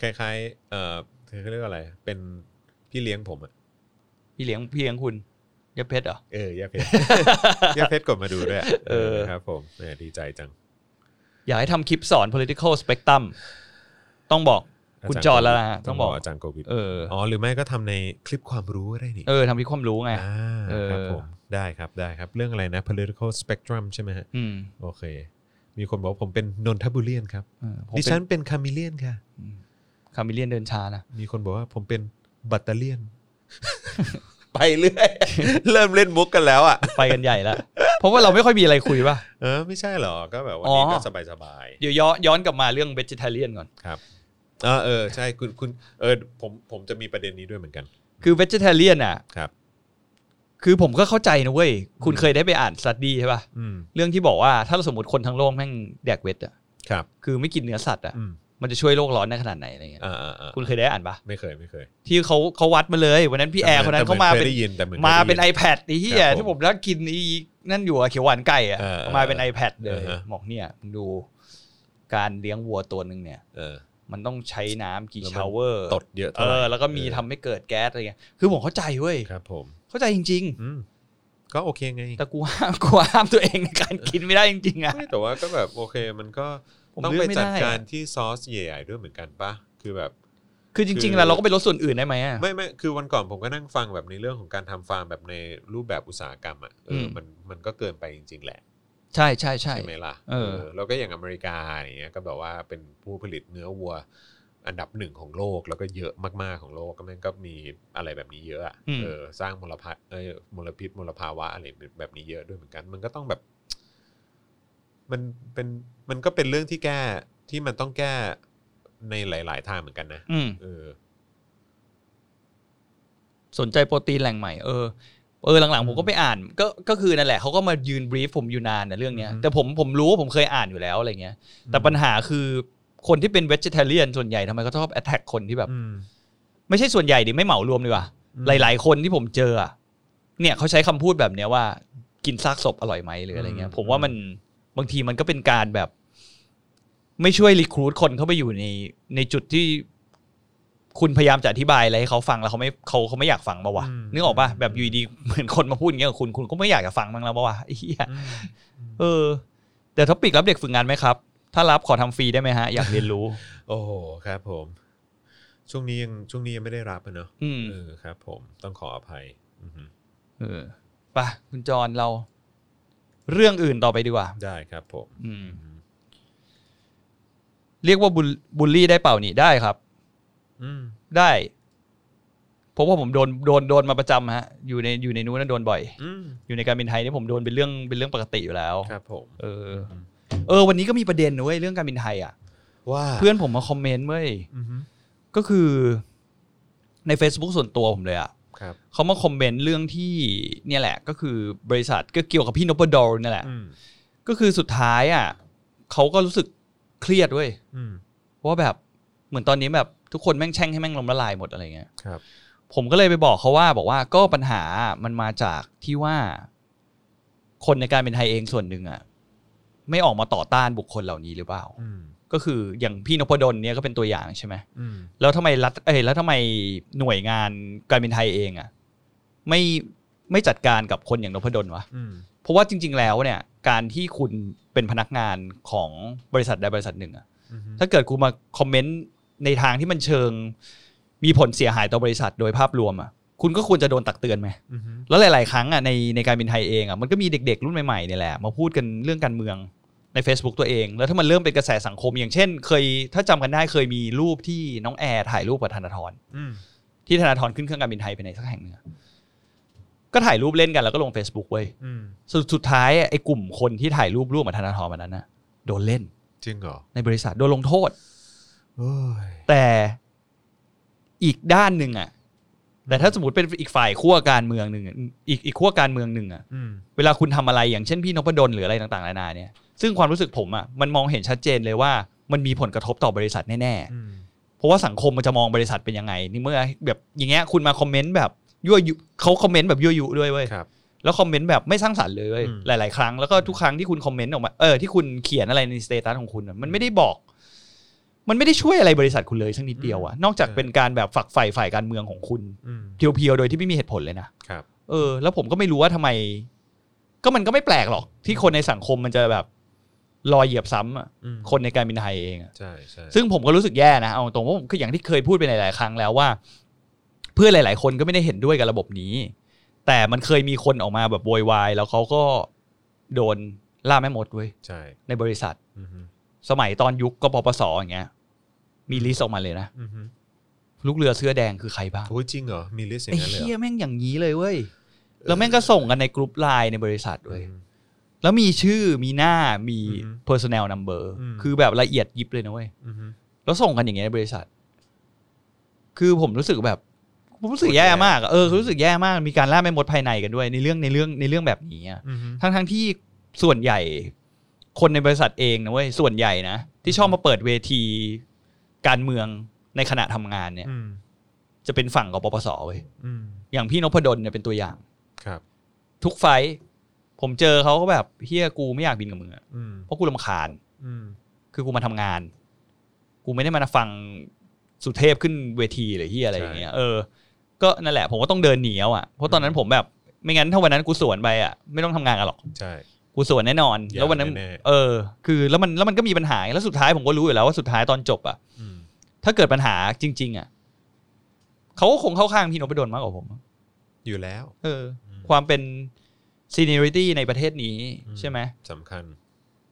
คล้ายๆเอ่อเขาเรียกว่าอะไร เป็นพี่เลี้ยงผมอะ
พี่เลี้ยงพี่เลี้ยงคุณยะเพชรเหรอ
เออย่าเพชร ย่าเพชรกดมาดูด้วย
เออ
ครับผมแหมดีใจจัง
อยากให้ทำคลิปสอน political spectrum ต้องบอกคุณจอแล้วนะต้องบอก
อาจารย์โควิด
เออ
อ๋อหรือไม่ก็ทำในคลิปความรู้ก็ได้นี่
เออทำคลิปความรู้ไง
อ่า
เออ
ครับผมได้ครับได้ครับ เรื่องอะไรนะ political spectrum ใช่ไหมฮะ
อืม
โอเค มีคนบอกว่าผมเป็นนนทบุรียนครับ
เออผม
ดิ
เป็
ฉันเป็นคามิเลียนค่ะ
คามิเลียนเดินช้านะ
มีคนบอกว่าผมเป็นบัตเตเลีย น ไปเรื่อย เริ่มเล่นมุกกันแล้วอ่ะ
ไปกันใหญ่แล้ว เพราะว่า เราไม่ค่อยมีอะไรคุยป่ะ
เออไม่ใช่หรอก็แบบวันนี้
อ๋อ
ก็สบายสบาย
เดี๋ยวย้อนย้อนกลับมาเรื่อง vegetarian ก่อน
ๆครับเออเออใช่คุณคุณเออผมผมจะมีประเด็นนี้ด้วยเหมือนกัน
คือ vegetarian อ่ะ
ครับ
คือผมก็เข้าใจนะเว้ย คุณเคยได้ไปอ่านสต u d ีใช่ป่ะ
อืม
เรื่องที่บอกว่าถ้าสมมติคนทั้งโลกแม่งแดกเวทอ่ะ
ครับ
คือไม่กินเนื้อสัตว์อ่ะ
อืม
มันจะช่วยโลกร้อนได้ขนาดไหนอะไรเงี้ย
อ่าอ่าอ่า
คุณเคยได้อ่านป่ะ
ไม่เคยไม่เคย
ที่เขาเขาวัดมาเลย วันนั้นพี่แอร์คนนั้นเขามา
แต่ห
เป็
อน ได้ยินแต่เหมือน
มาเป็น
คยได้ยิ
iPad ไอ้เหี้ย
ครับผม
ที่ผมนั่งกินไอ้นั่นอยู่อะเขียวหวานไก่อะ
เออ
มาเป็น iPad เลย
เออฮะ
บอกเนี่ยมึงดูการเลี้ยงวัวตัวหนึ่งเนี่ย
เออ
มันต้องใช้น้ำกี่
แล้วมัน
ชาวเวอร์
ตดเยอะ
เอ
เท่าไหร่
อแล้วก็มีทำให้เกิดแก๊สอะไรเงี้ยคือผมเข้าใจเว้ย
ครับผม
เข้าใจจริง
อืมก็โอเคไง
ๆ แต่กูห้าม กูห้ามตัวเองในการกินไม่ได้จริงๆอะ
ไม่แต่ว่าก็แบบโอเคมันก็
ผม
ต้อง
เลื
ไป
อกไม่ได้
จัดการ
อะ
ที่ซอสใหญ่ๆด้วยเหมือนกันปะคือแบบ
คือจริง
คื
ๆ
อ
แล้วเราก็ไปลดส่วนอื่นได้ไหมอะ
ไม่ไม่คือวันก่อนผมก็นั่งฟังแบบในเรื่องของการทำฟาร์มแบบในรูปแบบอุตสาหกรรมอ่ะเอออ
ม
มันมันก็เกินไปจริง ๆ แหละ
ใช่ใช่ใช่
ใช่ไหมล่ะ
เออ
แล้วก็อย่างอเมริกาอย่างเงี้ยก็แบบว่าเป็นผู้ผลิตเนื้อวัว อันดับหนึ่งของโลกแล้วก็เยอะมากๆของโลกก็แม่งก็มีอะไรแบบนี้เยอะอะเออสร้างมลพิษเออมลพิษมลภาวะอะไรแบบนี้เยอะด้วยเหมือนกัน มันก็ต้องแบบ มันเป็นมันก็เป็นเรื่องที่แก้ที่มันต้องแก้ในหลาย ๆ ทางเหมือนกันนะ
อืม
เออ
สนใจโปรตีนแหล่งใหม่เออเออหลังๆผมก็ไปอ่านก็ก็คือนั่นแหละเขาก็มายืนบรีฟผมอยู่นานนะเรื่องเนี้ย
อืม
แต่ผมผมรู้ว่าผมเคยอ่านอยู่แล้วอะไรเงี้ย แต่ปัญหาคือคนที่เป็นเวจเทเรียนส่วนใหญ่ทำไมก็ชอบแอตแทกคนที่แบบ
อืม
ไม่ใช่ส่วนใหญ่ดิไม่เหมารวมดีกว่า
อืม
หลาย ๆ คนที่ผมเจออะเนี่ยเขาใช้คำพูดแบบเนี้ยว่า กินซากศพอร่อยไหมหรืออะไรเงี้ย
อืม
ผมว่ามันบางทีมันก็เป็นการแบบ ไม่ช่วยรีครูดคนเข้าไปอยู่ในในจุดที่คุณพยายามจะอธิบายอะไรให้เขาฟังแล้วเขาไม่เขาเขาไม่อยากฟังมาวะนึกออกป่ะแบบอยู่ดีๆเหมือนคนมาพูดอย่างเงี้ยกับคุณคุณก็ไม่อยากจะฟังมั้งแล้วปะวะไอ้เหี้ย
อืม
เออแต่ท็อปิกรับเด็กฝึกงานไหมครับ ถ้ารับขอทำฟรีได้ไหมฮะ อยากเรียนรู้
โอ้โหครับผม ช่วงนี้ยังช่วงนี้ยังไม่ได้รับอะเนาะ
อืม
เออครับ ผมต้องขออภัยอือฮึ
เออไปะคุณจรเรา เรื่องอื่นต่อไปดีกว่า
ได้ครับผม
อืม
อือฮึ
เรียกว่าบุลบูลลี่ได้เปล่านี่ได้ครับ
อืม
ได้เพราะว่าผมโดนโดนโดนมาประจำฮะ อยู่ในอยู่ในนู้นนะโดนบ่อย
อืม
อยู่ในการบินไทยนี่ผมโดนเป็นเรื่องเป็นเรื่องปกติอยู่แล้ว
ครับผม
เออ เออ วันนี้ก็มีประเด็นนะเว้ยเรื่องการบินไทยอ่ะ
ว่า
เพื่อนผมมาคอมเมนต์เว้ย
อือฮึ
ก็คือใน Facebook ส่วนตัวผมเลยอ่ะ
ครับ
เขามาคอมเมนต์เรื่องที่เนี่ยแหละ ก็คือบริษัทก็เกี่ยวกับพี่นพดลเนี่ยแหละ
อืม
ก็คือสุดท้ายอ่ะเขาก็รู้สึกเครียดเว้ย
อืม
ว่าแบบเหมือนตอนนี้แบบทุกคนแม่งแช่งให้แม่งลมละลายหมดอะไรเงี้ย
ครับ
ผมก็เลยไปบอกเขาว่า บอกว่าก็ปัญหามันมาจากที่ว่า คนในการเป็นไทยเองส่วนหนึ่งอ่ะไม่ออกมาต่อต้านบุคคลเหล่านี้หรือเปล่า
อืม
ก็คืออย่างพี่นพดลเนี่ยก็เป็นตัวอย่างใช่ไหม
อืม
แล้วทำไมรัฐเอ้ยแล้วทำไมหน่วยงานการบินไทยเองอ่ะไม่ไม่จัดการกับคนอย่างนพดลวะ
อืม
เพราะว่าจริง ๆ แล้วเนี่ยการที่คุณเป็นพนักงานของบริษัทใดบริษัทหนึ่งอะ
อืม
ถ้าเกิดคุณมาคอมเมนต์ในทางที่มันเชิง มีผลเสียหายต่อบริษัทโดยภาพรวมอะคุณก็ควรจะโดนตักเตือนไหม
อืม
แล้วหลาย ๆ ครั้งอะในในการบินไทยเองอะมันก็มีเด็ก ๆ รุ่นใหม่ๆเนี่ยแหละมาพูดกันเรื่องการเมืองใน Facebook ตัวเอง แล้วถ้ามันเริ่มเป็นกระแสสังคม อย่างเช่น เคยถ้าจำกันได้เคยมีรูปที่น้องแอร์ถ่ายรูปกับธนาธร
อืม
ที่ธนาธรขึ้นเครื่องการบินไทยไปไหนสักแห่งหนึ่งอะก็ถ่ายรูปเล่นกันแล้วก็ลง Facebook เว้ย
อืม
สุดสุดท้ายไอ้กลุ่มคนที่ถ่ายรูปร่วมกับธนาธรวันนั้นนะโดนเล่น
จริงเหรอ
ในบริษัทโดนลงโทษ
โอ้ย
แต่อีกด้านหนึ่งอ่ะ แต่ถ้าสมมติเป็นอีกฝ่ายขั้วการเมืองหนึ่งอะอีกอีกขั้วการเมืองหนึ่งอ่ะ
อืม
เวลาคุณทำอะไรอย่างเช่นพี่นพดลหรืออะไรต่างๆนานาเนี่ยซึ่งความรู้สึกผมอ่ะมันมองเห็นชัดเจนเลยว่ามันมีผลกระทบต่อบริษัทแน่
อืม
ๆเพราะว่าสังคมมันจะมองบริษัทเป็นยังไงนี่เมื่อแบบอย่างเงี้ยคุณมาคอมเมนต์แบบยั่วยุเขาคอมเมนต์แบบยั่วยุด้วยเว้ย
ครับ
แล้วคอมเมนต์แบบไม่สร้างสรรค์เลย
อืม
หลาย ๆ ครั้งแล้วก็ทุกครั้งที่คุณคอมเมนต์ออกมาเออที่คุณเขียนอะไรในสเตตัสของคุณอะมันไม่ได้บอก มันไม่ได้ช่วยอะไรบริษัทคุณเลยสักนิดเดียวอะนอกจากเป็นการแบบฝักใฝ่ฝ่ายการเมืองของคุณ
อืม
เพียว ๆ โดยที่ไม่มีเหตุผลเลยนะครับ เออ แล้วผมก็ไม่รู้ว่าทำไม ก็มันก็ไม่แปลกหรอก ที่คนในสังคมมันจะแบบรอยเหยียบซ้ำอะ
อืม
คนในการบินไทยเองอะ
ใช่ใช่
ซึ่งผมก็รู้สึกแย่นะ เอาตรงๆว่าผมคืออย่างที่เคยพูดไปหลาย ๆ ครั้งแล้วว่า เพื่อนหลาย ๆ คนก็ไม่ได้เห็นด้วยกับระบบนี้ แต่มันเคยมีคนออกมาแบบโวยวายแล้วเขาก็โดนล่าแม่มดเว้ย
ใช่
ในบริษัท
อืมฮึ
สมัยตอนยุคกปปสอย่างเงี้ย มีลิสต์ออกมาเลยนะ
อืมฮึ
ลูกเรือเสื้อแดงคือใครบ้าง
โอ้ยจริงเหรอมีลิสต์อย่างนั้
ไอ้
นเลย
เฮี
เหร
ย
อ
แม่งอย่างนี้เลยเว้ยแล้วแม่งก็ส่งกันในกลุ่มไลน์ในบริษัท
อื
เว้ย
ม
แล้วมีชื่อมีหน้ามี
อือฮึ
personnel number
อืม
คือแบบละเอียดยิบเลยนะเว้ย
อืมฮึ
แล้วส่งกันอย่างเงี้ยในบริษัท คือผมรู้สึกแบบ ผมรู้สึก
โคตรแย่
แย่มากอะเออคือรู้สึกแย่มาก มีการล่าแม่มดภายในกันด้วย ในเรื่องในเรื่องในเรื่องแบบนี้อะ
อืมฮึ
ทั้งทั้งที่ส่วนใหญ่ คนในบริษัทเองนะเว้ย ส่วนใหญ่นะ ที่ชอบมาเปิดเวทีการเมืองในขณะทำงานเนี่ย
อืม
จะเป็นฝั่งกปปสเว้ย
อืม
อย่างพี่นพดลเนี่ยเป็นตัวอย่าง
ครับ
ทุกไฟท์ผมเจอเขาก็แบบเฮียกูไม่อยากบินกับมึงอะ
อืม
เพราะกูลำคาญ
อืม
คือกูมาทำงาน กูไม่ได้มาฟังสุเทพขึ้นเวทีหรือที่อะไรอย่างเงี้ย เออ ก็นั่นแหละ ผมก็ต้องเดินหนีเอาอ่ะ เพราะตอนนั้นผมแบบ ไม่งั้นถ้าวันนั้นกูสวนไปอ่ะ ไม่ต้องทำงานกันหรอก
ใช่
กูสวนแน่นอน
ยาว
แล้ววันนั้น
แน่ๆ
เออ คือแล้วมันแล้วมันก็มีปัญหา แล้วสุดท้ายผมก็รู้อยู่แล้วว่าสุดท้ายตอนจบอ่ะ
อืม
ถ้าเกิดปัญหาจริง ๆ อ่ะ เขาก็คงเข้าข้างพี่นพดลมากกว่าผม
อยู่แล้ว
เออ
อืม
ความเป็น seniority ในประเทศนี้
อืม
ใช่ไหม
สำคัญ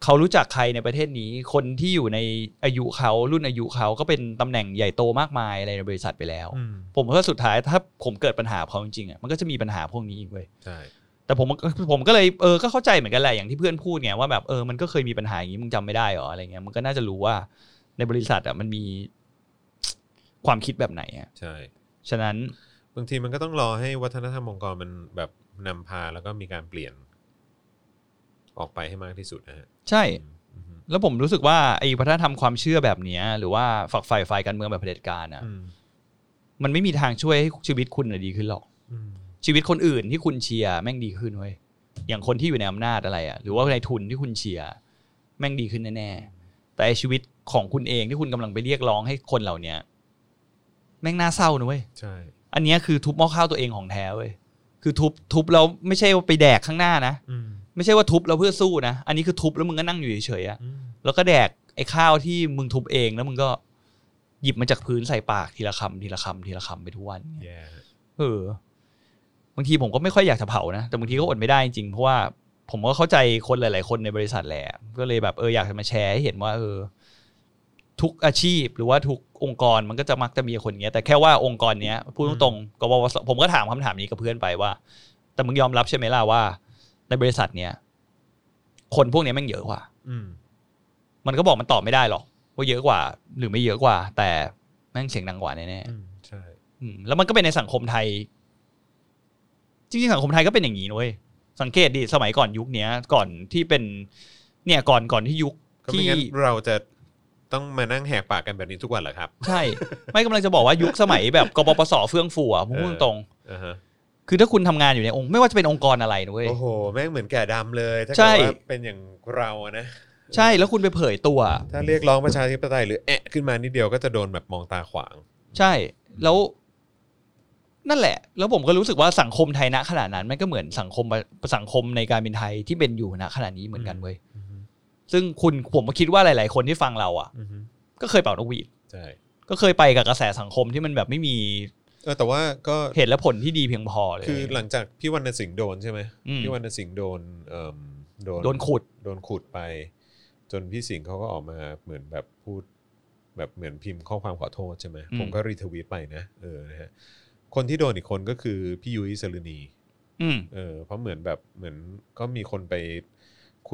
เขารู้จักใครในประเทศนี้ คนที่อยู่ในอายุเขารุ่นอายุเขาก็เป็นตำแหน่งใหญ่โตมากมายอะไรในบริษัทไปแล้ว
อืม
ผมว่าสุดท้ายถ้าผมเกิดปัญหากับเขาจริงๆอ่ะมันก็จะมีปัญหาพวกนี้อีกเว้ย
ใช่
แต่ผมผมก็เลยเออก็เข้าใจเหมือนกันแหละอย่างที่เพื่อนพูดไงว่าแบบเออมันก็เคยมีปัญหาอย่างนี้มึงจำไม่ได้หรออะไรเงี้ยมันก็น่าจะรู้ว่าในบริษัทอ่ะมันมี ความคิดแบบไหนอ่ะ
ใช่
ฉะนั้น
บางทีมันก็ต้องรอให้วัฒนธรรมองค์กรมันแบบนำพาแล้วก็มีการเปลี่ยน ออกไปให้มากที่สุดนะฮะ
ใช่
อืมอืมฮึ
แล้วผมรู้สึกว่าไอ้วัฒนธรรมความเชื่อแบบเนี้ย หรือว่าฝักใฝ่ฝ่ายการเมืองแบบเผด็จการอ่ะ
อืม
มันไม่มีทางช่วยให้ชีวิตคุณน่ะดีขึ้นหรอก
อืม
ชีวิตคนอื่นที่คุณเชียร์แม่งดีขึ้นเว้ย อย่างคนที่อยู่ในอำนาจอะไรอะ่ะ หรือว่าในทุนที่คุณเชียร์แม่งดีขึ้นแน่ๆ แต่ไอ้ชีวิตของคุณเองที่คุณกำลังไปเรียกร้องให้คนเหล่าเนี้ยแม่งน่าเศร้านะเว้ย
ใช่
อันเนี้ยคือทุบหม้อข้าวตัวเองของแท้เว้ย คือทุบทุบแล้วไม่ใช่ว่าไปแดกข้างหน้านะ
อืม
ไม่ใช่ว่าทุบแล้วเพื่อสู้นะ อันนี้คือทุบแล้วมึงก็นั่งอยู่เฉยๆอะ
อืม
แล้วก็แดกไอ้ข้าวที่มึงทุบเองแล้วมึงก็หยิบมันจากพื้นใส่ปากทีละคำทีละคำทีละคำไปทุกวันเนี่ย
แย่ฮะ
เออบางทีผมก็ไม่ค่อยอยากจะเผานะ แต่บางทีก็อดไม่ได้จริงๆเพราะว่าผมก็เข้าใจคนหลาย ๆ คนในบริษัทแหละก็เลยแบบเอออยากจะมาแชร์ให้เห็นว่า เออ ทุกอาชีพหรือว่าทุกองค์กรมันก็จะมักจะมีคนอย่างเงี้ย แต่แค่ว่าองค์กรเนี้ยพูดตรงๆกบวสผมก็ถามคำถามนี้กับเพื่อนไปว่า แต่มึงยอมรับใช่ไหมล่ะว่า ในบริษัทเนี้ยคนพวกเนี้ยแม่งเยอะกว่า
อืม
มันก็บอกมันตอบไม่ได้หรอกว่าเยอะกว่า หรือไม่เยอะกว่า แต่แม่งเสียงดังกว่าแน่ๆ
อืมใช่
อืมแล้วมันก็เป็นในสังคมไทย จริงๆ สังคมไทยก็เป็นอย่างนี้นะเว้ยสังเกตดิสมัยก่อนยุคเนี้ย ก่อนที่เป็น เนี่ยก่อนก่อนที่ยุค
ก็ไม่
ที่
งั้นเราจะต้องมานั่งแหกปากกันแบบนี้ทุกวันเหรอครับ
ใช่ ไม่กำลังจะบอกว่ายุคสมัยแบบกปปสเฟื่องฟูอ่ะผมพูดตรง
อ่าฮะ
ๆคือถ้าคุณทำงานอยู่ในองค์ไม่ว่าจะเป็นองค์กรอะไรนะเว้ย
โอ้โห แม่งเหมือนแก่ดำเลย ถ้า
ใช่
เกิดว่าเป็นอย่างเราอะนะ
ใช่แล้วคุณไปเผยตัว
ถ้าเรียกร้องประชาธิปไตยหรือแอะขึ้นมานิดเดียวก็จะโดนแบบมองตาขวาง
ใช่ แล้ว นั่นแหละ แล้วผมก็รู้สึกว่าสังคมไทยณขณะนั้นมันก็เหมือนสังคมสังคมในการเป็นไทยที่เป็นอยู่ณขณะนี้เหมือนกันเว้ยซึ่งคุณผมก็คิดว่าหลาย ๆ คนที่ฟังเราอ่ะ
อือฮึ
ก็เคยเป่านกหวีด
ใช่
ก็เคยไปกับกระแสสังคมที่มันแบบไม่มี
เออแต่ว่าก็
เหตุและผลที่ดีเพียงพอเลย
คือหลังจากพี่วรรณสิงห์โดนใช่ไหม
อืม
พี่วรรณสิงห์โดนเอ่มโดน
โดนขุด
โดนขุดไป จนพี่สิงห์เขาก็ออกมาเหมือนแบบพูด แบบเหมือนพิมพ์ข้อความขอโทษใช่ไหม
อืม
ผมก็รีทวีตไปนะเออนะฮะคนที่โดนอีกคนก็คือพี่ยุ้ยสรุณี
อืม
เออเพราะเหมือนแบบเหมือนก็มีคนไป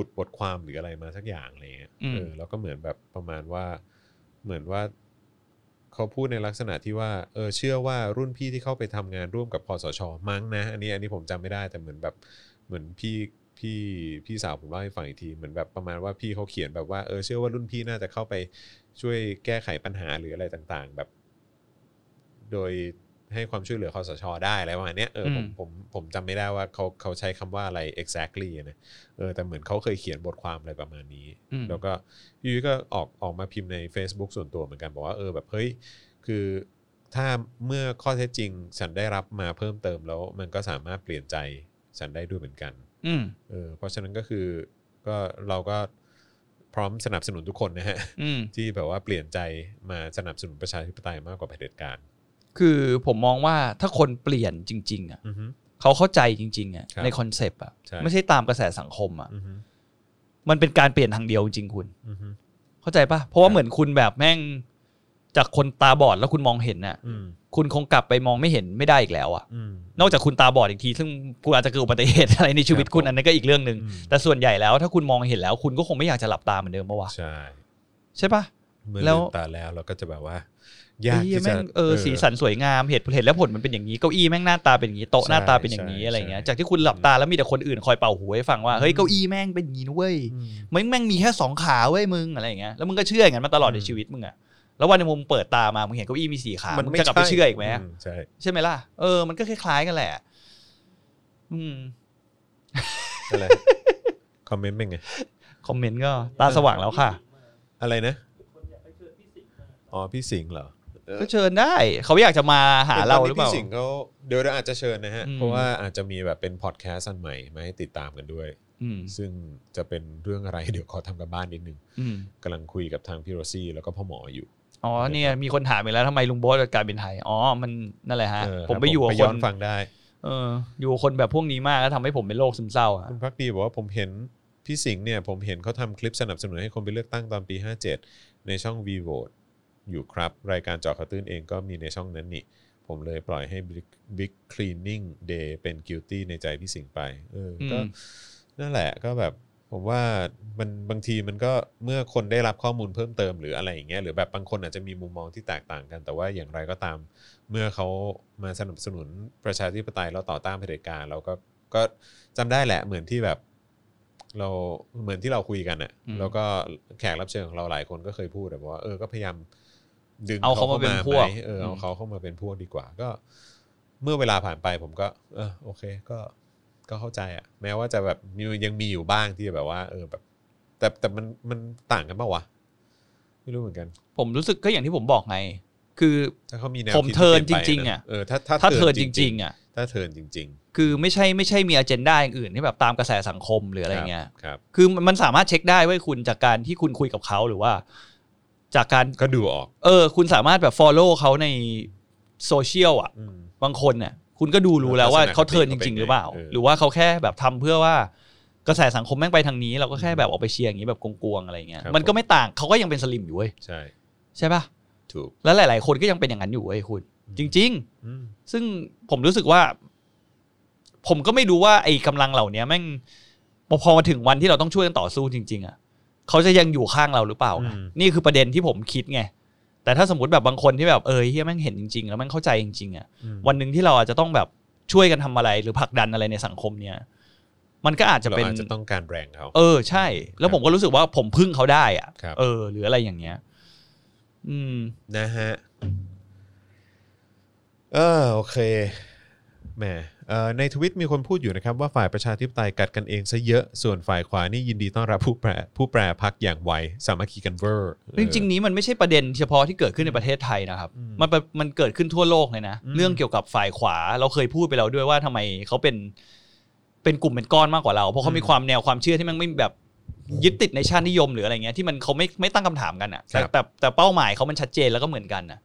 ขุดบทความหรืออะไรมาสักอย่างอะไรเงี้ย
อืม
เออแล้วก็เหมือนแบบประมาณว่าเหมือนว่าเขาพูดในลักษณะที่ว่าเออเชื่อว่ารุ่นพี่ที่เข้าไปทำงานร่วมกับคอสชมั้งนะ อันนี้อันนี้ผมจำไม่ได้แต่เหมือนแบบเหมือนพี่พี่พี่สาวผมเล่าให้ฟังอีกทีเหมือนแบบประมาณว่าพี่เขาเขียนแบบว่าเออเชื่อว่ารุ่นพี่น่าจะเข้าไปช่วยแก้ไขปัญหาหรืออะไรต่างๆ แบบ โดยให้ความช่วยเหลือคอสชได้อะไรประมาณเนี้ยเออผม
อืม
ผมผมจำไม่ได้ว่าเขาเขาใช้คำว่าอะไร exactly นะเออแต่เหมือนเขาเคยเขียนบทความอะไรประมาณนี้
อืม
แล้วก็พี่ยุ้ยก็ออกออกมาพิมพ์ใน Facebook ส่วนตัวเหมือนกัน บอกว่าเออแบบเฮ้ยคือถ้าเมื่อข้อเท็จจริง ฉันได้รับมาเพิ่มเติมแล้ว มันก็สามารถเปลี่ยนใจฉันได้ด้วยเหมือนกัน
อืม
เออเพราะฉะนั้นก็คือก็เราก็พร้อมสนับสนุนทุกคนนะฮะ
อืม
ที่แบบว่าเปลี่ยนใจมาสนับสนุนประชาธิปไตยมากกว่าเผด็จการ
คือผมมองว่าถ้าคนเปลี่ยนจริง ๆ อ่ะ
อือฮึ
เขาเข้าใจจริง ๆ อ่ะ
ครับ
ในคอนเซปต์อ่ะ
ใช่
ไม่ใช่ตามกระแสสังคมอ่ะ
อือฮึ
มันเป็นการเปลี่ยนทางเดียวจริงๆคุณ
อือฮึ
เข้าใจปะเพราะว่าเหมือนคุณแบบแม่ง จากคนตาบอดแล้วคุณมองเห็นน่ะ
อืม
คุณคงกลับไปมองไม่เห็นไม่ได้อีกแล้วอ่ะ
อืม
นอกจากคุณตาบอดอีกที ซึ่งคุณอาจจะเกิดอุบัติเหตุ อะไรในชีวิตคุณ
ครับผม
อันนั้นก็อีกเรื่องหนึ่ง
อืม
แต่ส่วนใหญ่แล้วถ้าคุณมองเห็นแล้ว คุณก็คงไม่อยากจะหลับตาเหมือนเดิมปะวะ
ใช่
ใช่ปะ
เมื่อ
แล้
ลื
ว
มตาแล้วเราก็จะแบบว่า ยาก
เหี้
ที่
แม่
จะ
งเออสีสันสวยงามเหตุผลเหตุและผลมันเป็นอย่างนี้เก้าอี้แม่งหน้าตาเป็นอย่างนี้โต๊ะ
ใช่
หน้าตาเป็นอย่างนี้
ใช่
อะไรเงี้ย
ใช่
จากที่คุณหลับตาแล้วมีแต่คนอื่นคอยเป่าหูให้ฟังว่าเฮ้ย
อืม
เก้าอี้แม่งเป็นอย่างนี้นะเว้ย
อืม
มึงแม่งมีแค่สองขาเว้ยมึงอะไรอย่างเงี้ยแล้วมึงก็เชื่ออย่างนั้นมาตลอดใน
อืม
ชีวิตมึงอะแล้ววันในมุมเปิดตามามึงเห็นเก้าอี้มีสี่ขามึง
ไม่
จะกลับไป
ใ
เชื่ออีกไหม
มใช่
ใช่ไหมล่ะเออมันก็คล้ายๆกันแหละ อืม
อะไร คอมเมนต์เป็นไง
คอมเมนต์ก็ตาสว่างแล้วค่ะ
อะไรนะ อ๋อ พี่สิงห์เหรอ
ก็เชิญได้ เขาอยากจะมาหาเราหรือเปล่า
ตนนี้พี่สิงห์เขาเดี๋ยวเราอาจจะเชิญนะฮะ
อืม
เพราะว่าอาจจะมีแบบเป็นพอดแคสต์อันใหม่มาให้ติดตามกันด้วย
อืม
ซึ่งจะเป็นเรื่อง อะไร เดี๋ยวขอทำกันบ้านนิดนึง
อืม
กำลังคุยกับทางพี่โรซี่แล้วก็พ่อหมออยู่
อ๋อเนี่ยมีคนถามอีกแล้วทำไมลุงโบอสกับการบินไทย อ๋อ มันนั่นแหละฮะ
เออ
ผมไป
ครับ
อยู่กับ
ไป
ค
ย้อน นฟังได้
เอออยู่กับคนแบบพวกนี้มากแล้วทำให้ผมเป็นโรคซึมเศร้าอะ
คุณพักดีบอกว่าผมเห็นพี่สิงห์เนี่ย ผมเห็นเขาทำคลิปสนับสนุนให้คนไปเลือกตั้งตอนปี 57 ในช่อง v v o t e อยู่ครับ รายการเจอข่าวตื้นเองก็มีในช่องนั้นนี่ ผมเลยปล่อยให้ Big Big Cleaning Day เป็น guilty ในใจพี่สิงห์ไปเออก็นั่นแหละก็แบบผมว่ามันบางทีมันก็เมื่อคนได้รับข้อมูลเพิ่มเติมหรืออะไรอย่างเงี้ยหรือแบบบางคนอาจจะมีมุมมองที่แตกต่างกัน แต่ว่าอย่างไรก็ตาม เมื่อเขามาสนับสนุนประชาธิปไตยเราต่อต้านเผด็จการเราก็ก็จำได้แหละเหมือนที่แบบ เราเหมือนที่เราคุยกันอะแล้วก็แขกรับเชิญของเราหลายคนก็เคยพูดแบบว่า เออก็พยายามดึง
เอาเขามาเป็นพวก
ไหมเออเอาเขาเข้ามาเป็นพวกดีกว่าก็ เมื่อเวลาผ่านไปผมก็ เออโอเค ก็ก็เข้าใจอะแม้ว่าจะแบบมียังมีอยู่บ้างที่แบบว่า เออแบบ แต่แต่มันมันต่างกันปะวะไม่รู้เหมือนกัน
ผมรู้สึกก็อย่างที่ผมบอกไง คือ
ถ้าเขามีแนว
ผม
คิด
เทิร์น
ที่ปลี่ยไป
จริงๆอะ
เออถ้าถ้า
ถ้าเธอ
ร์
จริง ๆอ่ะ
ๆถ้าเทิร์นจริง
คือไม่ใช่ไม่ใช่มีอเจนดาอย่างอื่นที่แบบตามกระแสสังคมหรืออะไรเงี้ย
ครับ
คือมันสามารถเช็คได้เว้ยคุณจากการที่คุณคุยกับเขาหรือว่า จากการ
ก็ดูออก
เออ คุณสามารถแบบ follow เขาในโซเชียลอ่ะ
อืม
บางคนเนี่ยคุณก็ดูรู้แล้วว่า
ลักษณะ
เขาเทิร์น
ค
จ
ติเขาเป็น
ริง ๆ หรือเปล่า
ไงเออ
หรือว่าเขาแค่แบบทำเพื่อว่ากระแสสังคมแม่งไปทางนี้ เราก็แค่แบบออกไปเชียร์อย่างนี้แบบกวงๆอะไรเงี้ยมันก็ไม่ต่างเขาก็ยังเป็นสลิมอยู่เว้ย
ใช่
ใช่ปะ
ถูก
แล้วหลาย ๆ คนก็ยังเป็นอย่างนั้นอยู่เว้ยคุณ จริง
อืม
ๆ ซึ่งผมรู้สึกว่า ผมก็ไม่รู้ว่าไอ้กำลังเหล่านี้แม่งพอพอมาถึงวันที่เราต้องช่วยกันต่อสู้จริง ๆอ่ะเขาจะยังอยู่ข้างเราหรือเปล่าไง
อืม
นี่คือประเด็นที่ผมคิดไงแต่ถ้าสมมติแบบบางคนที่แบบเออเฮียแม่งเห็นจริง ๆ แล้วแม่งเข้าใจจริงๆอ่ะ
อืม
วันหนึ่งที่เราอาจจะต้องแบบช่วยกันทำอะไรหรือผลักดันอะไรในสังคมเนี่ย มันก็อาจจะ
เรา
เป็น
อาจจะต้องการแรงเขา
เออใช่ แล้วผมก็รู้สึกว่าผมพึ่งเขาได้อะ
ครับ
เออ หรืออะไรอย่างเงี้ย อืม
นะฮะ เออโอเค แหมเอ่อในทวิตมีคนพูดอยู่นะครับว่าฝ่ายประชาธิปไตยกัดกันเองซะเยอะส่วนฝ่ายขวานี่ยินดีต้อนรับผู้แปรผู้แปรพักอย่างไวสามัคคีกันเวอร์
จริงๆนี้มันไม่ใช่ประเด็นเฉพาะที่เกิดขึ้นในประเทศไทยนะครับ
อืม
มันเป็นมันเกิดขึ้นทั่วโลกเลยนะ
อืม
เรื่องเกี่ยวกับฝ่ายขวาเราเคยพูดไปแล้วด้วยว่าทำไมเขาเป็นเป็นกลุ่มเป็นก้อนมากกว่าเรา เพราะเขามีความแนวความเชื่อที่มันไม่แบบยึดติดในชาตินิยมหรืออะไรเงี้ยที่มันเขาไม่ไม่ตั้งคำถามกันอ่ะแต่แต่แต่เป้าหมายเขามันชัดเจนแล้วก็เหมือนกันนะ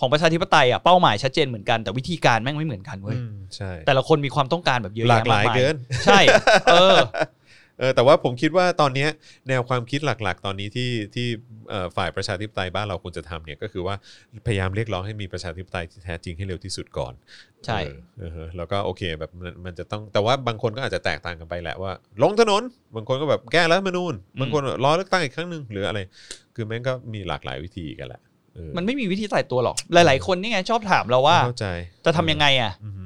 ของประชาธิปไตยอ่ะเป้าหมายชัดเจนเหมือนกันแต่วิธีการแม่งไม่เหมือนกันเว้ย
อืมใช่
แต่ละคนมีความต้องการแบบเยอะ
หลา
แยะ
กห
มาก
ลาย
มาย
เกิน
ใช่ เออ
เออแต่ว่าผมคิดว่าตอนเนี้ยแนวความคิดหลักๆ ตอนนี้ที่ที่เอ่อฝ่ายประชาธิปไตยบ้านเราควรจะทำเนี่ยก็คือว่าพยายามเรียกร้องให้มีประชาธิปไตยที่แท้จริงให้เร็วที่สุดก่อน
ใช่
เออเออแล้วก็โอเคแบบมันมันจะต้องแต่ว่าบางคนก็อาจจะแตกต่างกันไปแหละว่า ลงถนนบางคนก็แบบแก้รัฐธรรมนูญบางคนรอเลือกตั้งอีกครั้งหนึ่งหรืออะไร คือแม่งก็มีหลากหลายวิธีกันแหละเออ
มันไม่มีวิธีตายตัวหรอก หลาย ๆ คนนี่ไงชอบถามเราว่า
เข้าใจ
จะทำยังไงอ่ะ
อือฮึ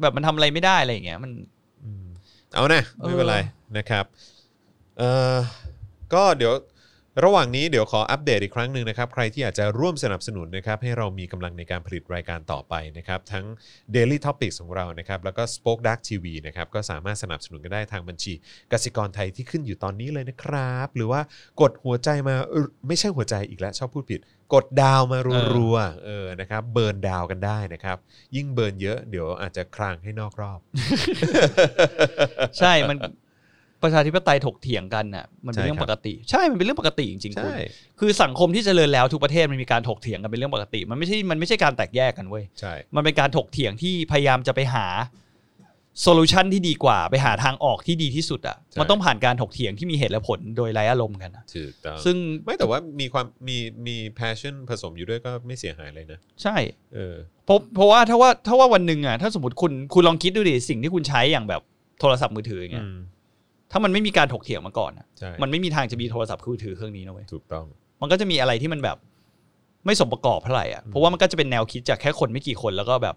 แบบมันทำอะไรไม่ได้อะไรอย่างเงี้ยมัน
อืมเอานะไม่เป็นไร
เอ
นะครับเอ่อก็เดี๋ยวระหว่างนี้เดี๋ยวขออัปเดตอีกครั้งหนึ่งนะครับ ใครที่อยากจะร่วมสนับสนุนนะครับให้เรามีกำลังในการผลิตรายการต่อไปนะครับ ทั้ง Daily Topics ของเรานะครับ แล้วก็ Spoke Dark TV นะครับก็สามารถสนับสนุนกันได้ทางบัญชีกสิกรไทยที่ขึ้นอยู่ตอนนี้เลยนะครับ หรือว่ากดหัวใจมาเออไม่ใช่หัวใจอีกแล้วชอบพูดผิด กดดาวมารัวๆเออนะครับเบิร์นดาวกันได้นะครับ ยิ่งเบิร์นเยอะเดี๋ยวอาจจะคลางให้นอกรอบ
ใช่มันประชาธิปไตยถกเถียงกันน่ะมันเป็น
ใช่
เรื่อง
ครับ
ปกติ ใช่มันเป็นเรื่องปกติจริงๆคุ
ใช่
ณคือสังคมที่เจริญแล้วทุกประเทศมันมีการถกเถียงกันเป็นเรื่องปกติ มันไม่ใช่มันไม่ใช่การแตกแยกกันเว้ย
ใช่
มันเป็นการถกเถียงที่พยายามจะไปหาโซลูชันที่ดีกว่า ไปหาทางออกที่ดีที่สุดอ่ะมันต้องผ่านการถกเถียงที่มีเหตุและผลโดยไร้อารมณ์กันนะ
ถูกต้อง
ซึ่ง
ไม่แต่ว่ามีความมีมี passion ผสมอยู่ด้วยก็ไม่เสียหายเลยนะ
ใช่
เออ
เพราะเพราะว่าถ้าว่าถ้าว่าวันหนึ่งอ่ะถ้าสมมติคุณคุณลองคิดดูดิสิ่งที่คุณใช้อย่างแบบโทรศัพท์มือถืออย่างเงี้ย
อืม
ถ้ามันไม่มีการถกเถียงมาก่อนอะ
ใช่
มันไม่มีทางจะมีโทรศัพท์มือถือเครื่องนี้นะเว้ย
ถูกต้อง
มันก็จะมีอะไรที่มันแบบไม่สมประกอบเท่าไหร่อ่ะ
อืม
เพราะว่ามันก็จะเป็นแนวคิดจากแค่คนไม่กี่คนแล้วก็แบบ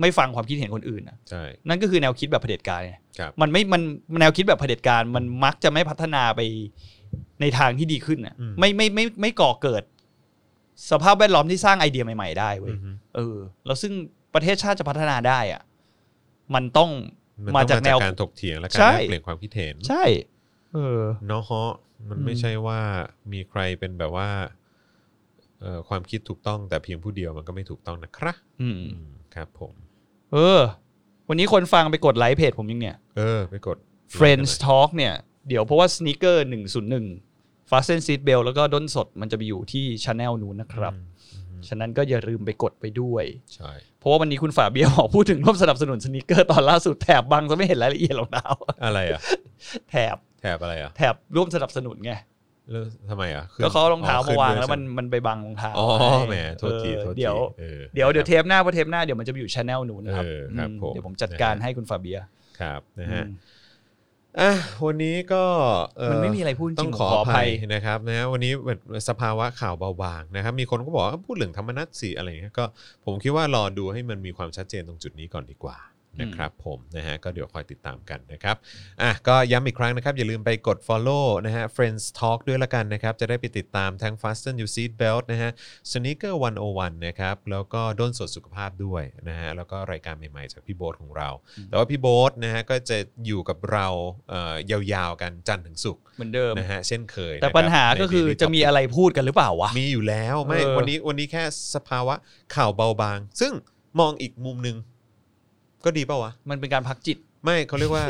ไม่ฟังความคิดเห็นคนอื่นนะ
ใช่
นั่นก็คือแนวคิดแบบเผด็จการไง
ครับ
มันไม่ มันแนวคิดแบบเผด็จการมันมักจะไม่พัฒนาไปในทางที่ดีขึ้นอ่ะ
อืม
ไม่ไม่ไม่ไม่ก่อเกิด สภาพแวดล้อมที่สร้างไอเดียใหม่ๆได้เว้
อื
ย
อฮึ
เออ แล้วซึ่งประเทศชาติจะพัฒนาได้อ่ะ มันต้อง
มัน
มา
ต้องมา
จา
จาก ก
แนว
การถกเถียงและการ
ใช่
แลกเปลี่ยนความคิดเห็น
ใช่ เออ
เนาะฮะมันไม่
อืม
ใช่ว่ามีใครเป็นแบบว่าเอ่อความคิดถูกต้องแต่เพียงผู้เดียวมันก็ไม่ถูกต้องนะครับ
อืม
อืมครับผม
เออ วันนี้คนฟังไปกดไลค์เพจผมยังเนี่ย
เออ ไปกด
Friends Talk เนี่ย เดี๋ยวเพราะว่า Sneaker 101 f a s t e n Seat Bell แล้วก็ด้นสดมันจะไปอยู่ที่ช anel นู้นนะครับ
อืมอืม
ฉะนั้นก็อย่าลืมไปกดไปด้วย
ใช่
เพราะว่าวันนี้คุณฝาเบียร์บอกพูดถึงร่วมสนับสนุนสนิเกอร์ตอนล่าสุดแถบบังจะไม่เห็นรายละเอียดหรอกดาว
อะไรอ่ะ
แถบ
แถบอะไรอ่ะ
แถบร่วมสนับสนุนไง
แล้วทำไมอ่ะขึ้น
ก็เขาเอารองเท้า
ขึ้
มาน วาง
ด้วย
แล้วมัน
ใช่ไห
มันไปบังรองเท้า
อ๋อ
ให้
แหมโทษที
เออ
โทษที
เดี๋ยว
ออ
เดี๋ยวเดี๋ยวเทปหน้าเพราะเทปหน้าเดี๋ยวมันจะไปอยู่ช anel นู้นนะครับ
เออครับ
อืม
ผม
เดี๋ยวผมจัดการให้คุณฝาเบียร์
ครับนะ
อื
ฮะ
ม
อ่ะวันนี้ก็เอ่
มันไม่มีอะไรพูดจริง
ต้อง
ผม
ขอ
ขอ
อ
อภั
ภัย
ย
นะครับนะวันนี้แบบสภาวะข่าวเบาบางนะครับ มีคนก็บอกว่าพูดเรื่องธรรมนัตสีอะไรอย่างเงี้ยก็ผมคิดว่ารอดูให้มันมีความชัดเจนตรงจุดนี้ก่อนดีกว่านะครับผมนะฮะก็เดี๋ยวคอยติดตามกันนะครับอ่ะก็ย้ำอีกครั้งนะครับ อย่าลืมไปกด follow นะฮะ Friends Talk ด้วยละกันนะครับ จะได้ไปติดตามทั้ง Fasten Your Seat Belt นะฮะ Sneaker 101 นะครับ แล้วก็ด้นสดสุขภาพด้วยนะฮะแล้วก็รายการใหม่ๆจากพี่โบ๊ทของเรา
อืม
แต่ว่าพี่โบ๊ทนะฮะก็จะอยู่กับเราเอ่อยาวๆกันจันทร์ถึงศุกร์
เหมือนเดิม
นะฮะเช่นเคย
แต่
นะครับ
ปัญหา
ใน
ก็คือ
Daily
จะมี
Topic
อะไรพูดกันหรือเปล่าวะ
มีอยู่แล้วไม่
เออ
วันนี้วันนี้แค่สภาวะข่าวเบาบาง ซึ่งมองอีกมุมหนึ่งก็ดีเปล่าวะ
มันเป็นการพักจิต
ไม่เขาเรียก ว่า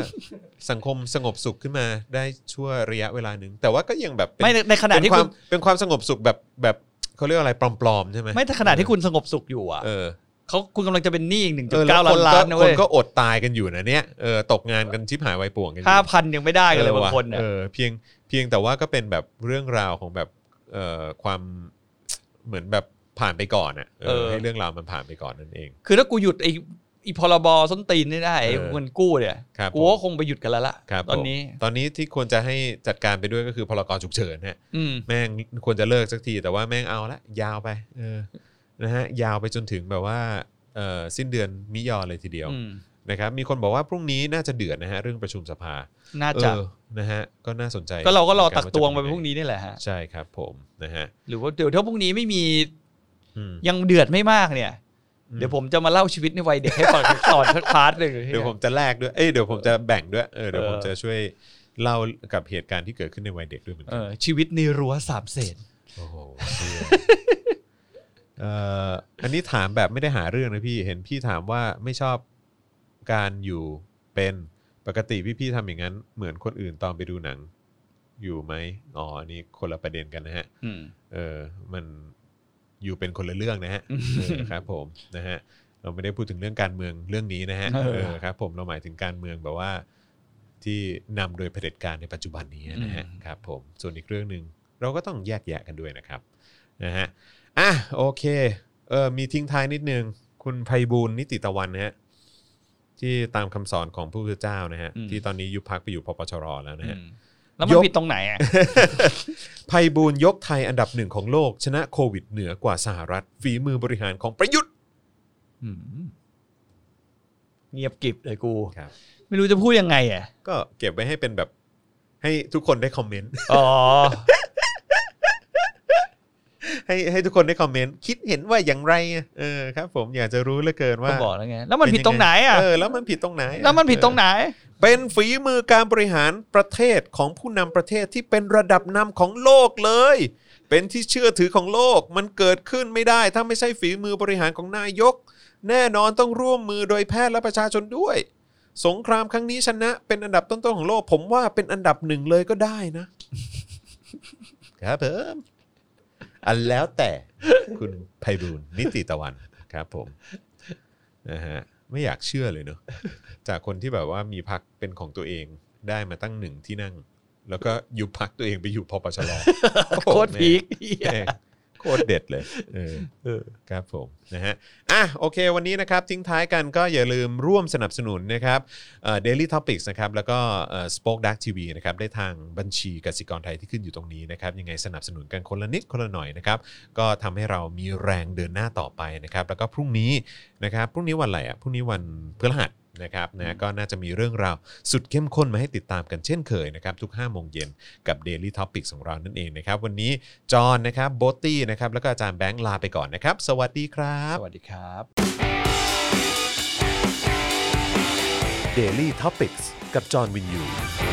สังคมสงบสุขขึ้นมาได้ชั่วระยะเวลาหนึ่งแต่ว่าก็ยังแบบเป็น
ไม่ในในขณะ
เป็น
ที่
ควา
คุ
ม
ณ
เป็นความสงบสุขแบบแบบเขาเรียกว่าอะไรปลอมๆใช่ไหม
ไม่แต่ขณะที่คุณสงบสุขอยู่อ่ะ
เออ
เขาคุณกำลังจะเป็นหนี้อีกหนึ่งจุ
เออ
ด
แล้
เก้าว ล้า
คนก็
นล้านนะ
ค
เว้
น
ย
ก็อดตายกันอยู่นะเนี่ยเออตกงานกันชิบหายวายป่วงกันอยู่
ห้าพันยังไม่ได้กันเล
ออบ
ยางคน
เอ
อ่ะ
อเพียงเพียงแต่ว่าก็เป็นแบบเรื่องราวของแบบเอ่อความเหมือนแบบผ่านไปก่อนอ่ะเออให้เรื่องราวมันผ่านไปก่อนนั่นเอง
คือถ้ากูหยุดไอ้ไอีพรบส้นตีนนี่ได้ไอ้
เออ
เงินกู้เนี่ย
ครับผม
กูก็คงไปหยุดกันแล้วล่ะ
ครับผม
ตอนนี้
ตอนนี้ที่ควรจะให้จัดการไปด้วยก็คือพลกรฉุกเฉินฮะ
อืม
แม่งควรจะเลิกสักทีแต่ว่าแม่งเอาละยาวไปเออนะฮะยาวไปจนถึงแบบว่าเอ่อสิ้นเดือนมิยอเลยทีเดียว
อืม
นะครับมีคนบอกว่าพรุ่งนี้น่าจะเดือดนะฮะเรื่องประชุมสภา
น่าจะ
เออนะฮะก็น่าสนใจ
ก็เราก็รอตักตวงไป
าจะ
พรุ่งนี้นี่แหละฮะ
ใช่ครับผมนะฮะ
หรือว่าเดี๋ยวถ้าพรุ่งนี้ไม่มี
อืม
ยังเดือดไม่มากเนี่ย
อืม
เดี๋ยวผมจะมาเล่าชีวิตในวัยเด็กให้ฟังสอนสักพาร์ทหนึ่ง
เดี๋ยวผมจะแลกด้วย เอ้ยเดี๋ยวผมจะแบ่งด้วย เออเดี๋ยวผมจะช่วยเล่ากับเหตุการณ์ที่เกิดขึ้นในวัยเด็กด้วยเหมือน
เอ
กัน
อชีวิตในรั้วสามเศษ
โอ้โหเชี่ยเอ่ออันนี้ถามแบบไม่ได้หาเรื่องนะพี่ เห็นพี่ถามว่าไม่ชอบการอยู่เป็นปกติพี่ๆทำอย่างนั้น เหมือนคนอื่นตอนไปดูหนัง อยู่ไหมอ๋ออันนี้คนละประเด็นกันนะฮะ เออ มันอยู่เป็นคนละเรื่องนะฮะเออครับผมนะฮะ เราไม่ได้พูดถึงเรื่องการเมืองเรื่องนี้นะฮะ
เออ
เออครับ ผมเราหมายถึงการเมืองแบบว่า ที่นำโดยเผด็จการในปัจจุบันนี้นะฮะ
อืม
ครับ ผม ส่วนอีกเรื่องหนึ่งเราก็ต้องแยกแยะกันด้วยนะครับนะฮะอ่ะโอเค เออมีทิ้งท้ายนิดนึง คุณไพบูลย์นิติตะวันนะฮะที่ตามคำสอนของผู้พุทธเจ้านะฮะ
อืม
ที่ตอนนี้ยุบพักไปอยู่ปปชรแล้วนะฮะ
แล้วมัน
ยก
ผิดตรงไหนอ่ะ
ภัยบูลย์ยกไทยอันดับหนึ่งของโลก ชนะโควิดเหนือกว่าสหรัฐ ฝีมือบริหารของประยุทธ์
เงียบกริบเลยกู
ครับ
ไม่รู้จะพูดยังไงอ่ะ
ก็เก็บไว้ให้เป็นแบบให้ทุกคนได้คอมเมนต์
อ๋อ
ให้ให้ทุกคนได้คอมเมนต์ คิดเห็นว่าอย่างไรอะเออครับ ผมอยากจะรู้เหลือเกิน
ก็
ว่า
บอกแล้วไง แล้วมันผิดตรงไหนอ่ะ
เออแล้วมันผิดตรงไหนอะ
แล้วมันผิดตรงไหน
เป็นฝีมือการบริหารประเทศของผู้นำประเทศที่เป็นระดับนำของโลกเลย เป็นที่เชื่อถือของโลกมันเกิดขึ้นไม่ได้ ถ้าไม่ใช่ฝีมือบริหารของนายก แน่นอนต้องร่วมมือโดยแพทย์และประชาชนด้วย สงครามครั้งนี้ชนะเป็นอันดับต้นๆของโลก ผมว่าเป็นอันดับหนึ่งเลยก็ได้นะ ครับเพิ่มอันแล้วแต่คุณไพบูลย์ นิติตะวันครับผมนะฮะไม่อยากเชื่อเลยเนอะ จากคนที่แบบว่ามีพักเป็นของตัวเองได้มาตั้งหนึ่งที่นั่ง แล้วก็อยู่พักตัวเองไปอยู่พปชร
โคตรพีค
แม่งโคตรเด็ดเลยเออ
เออ
ครับผมนะฮะอ่ะโอเค วันนี้นะครับทิ้งท้ายกันก็อย่าลืมร่วมสนับสนุนนะครับเดลี่ท็อปิกนะครับ แล้วก็สป็อคดักทีวีนะครับ ได้ทางบัญชีกสิกรไทยที่ขึ้นอยู่ตรงนี้นะครับ ยังไงสนับสนุนกันคนละนิดคนละหน่อยนะครับ ก็ทำให้เรามีแรงเดินหน้าต่อไปนะครับ แล้วก็พรุ่งนี้นะครับพรุ่งนี้วันอะไรอ่ะพรุ่งนี้วันพฤหัสนะครับนะก็น่าจะมีเรื่องราวสุดเข้มข้นมาให้ติดตามกันเช่นเคยนะครับ ทุก5โมงเย็นกับ Daily Topic ของเรานั่นเองนะครับ วันนี้จอห์นนะครับโบตตี้นะครับแล้วก็อาจารย์แบงค์ลาไปก่อนนะครับ สวัสดีครับ
สวัสดีครับ
Daily Topics กับจอห์นวินยู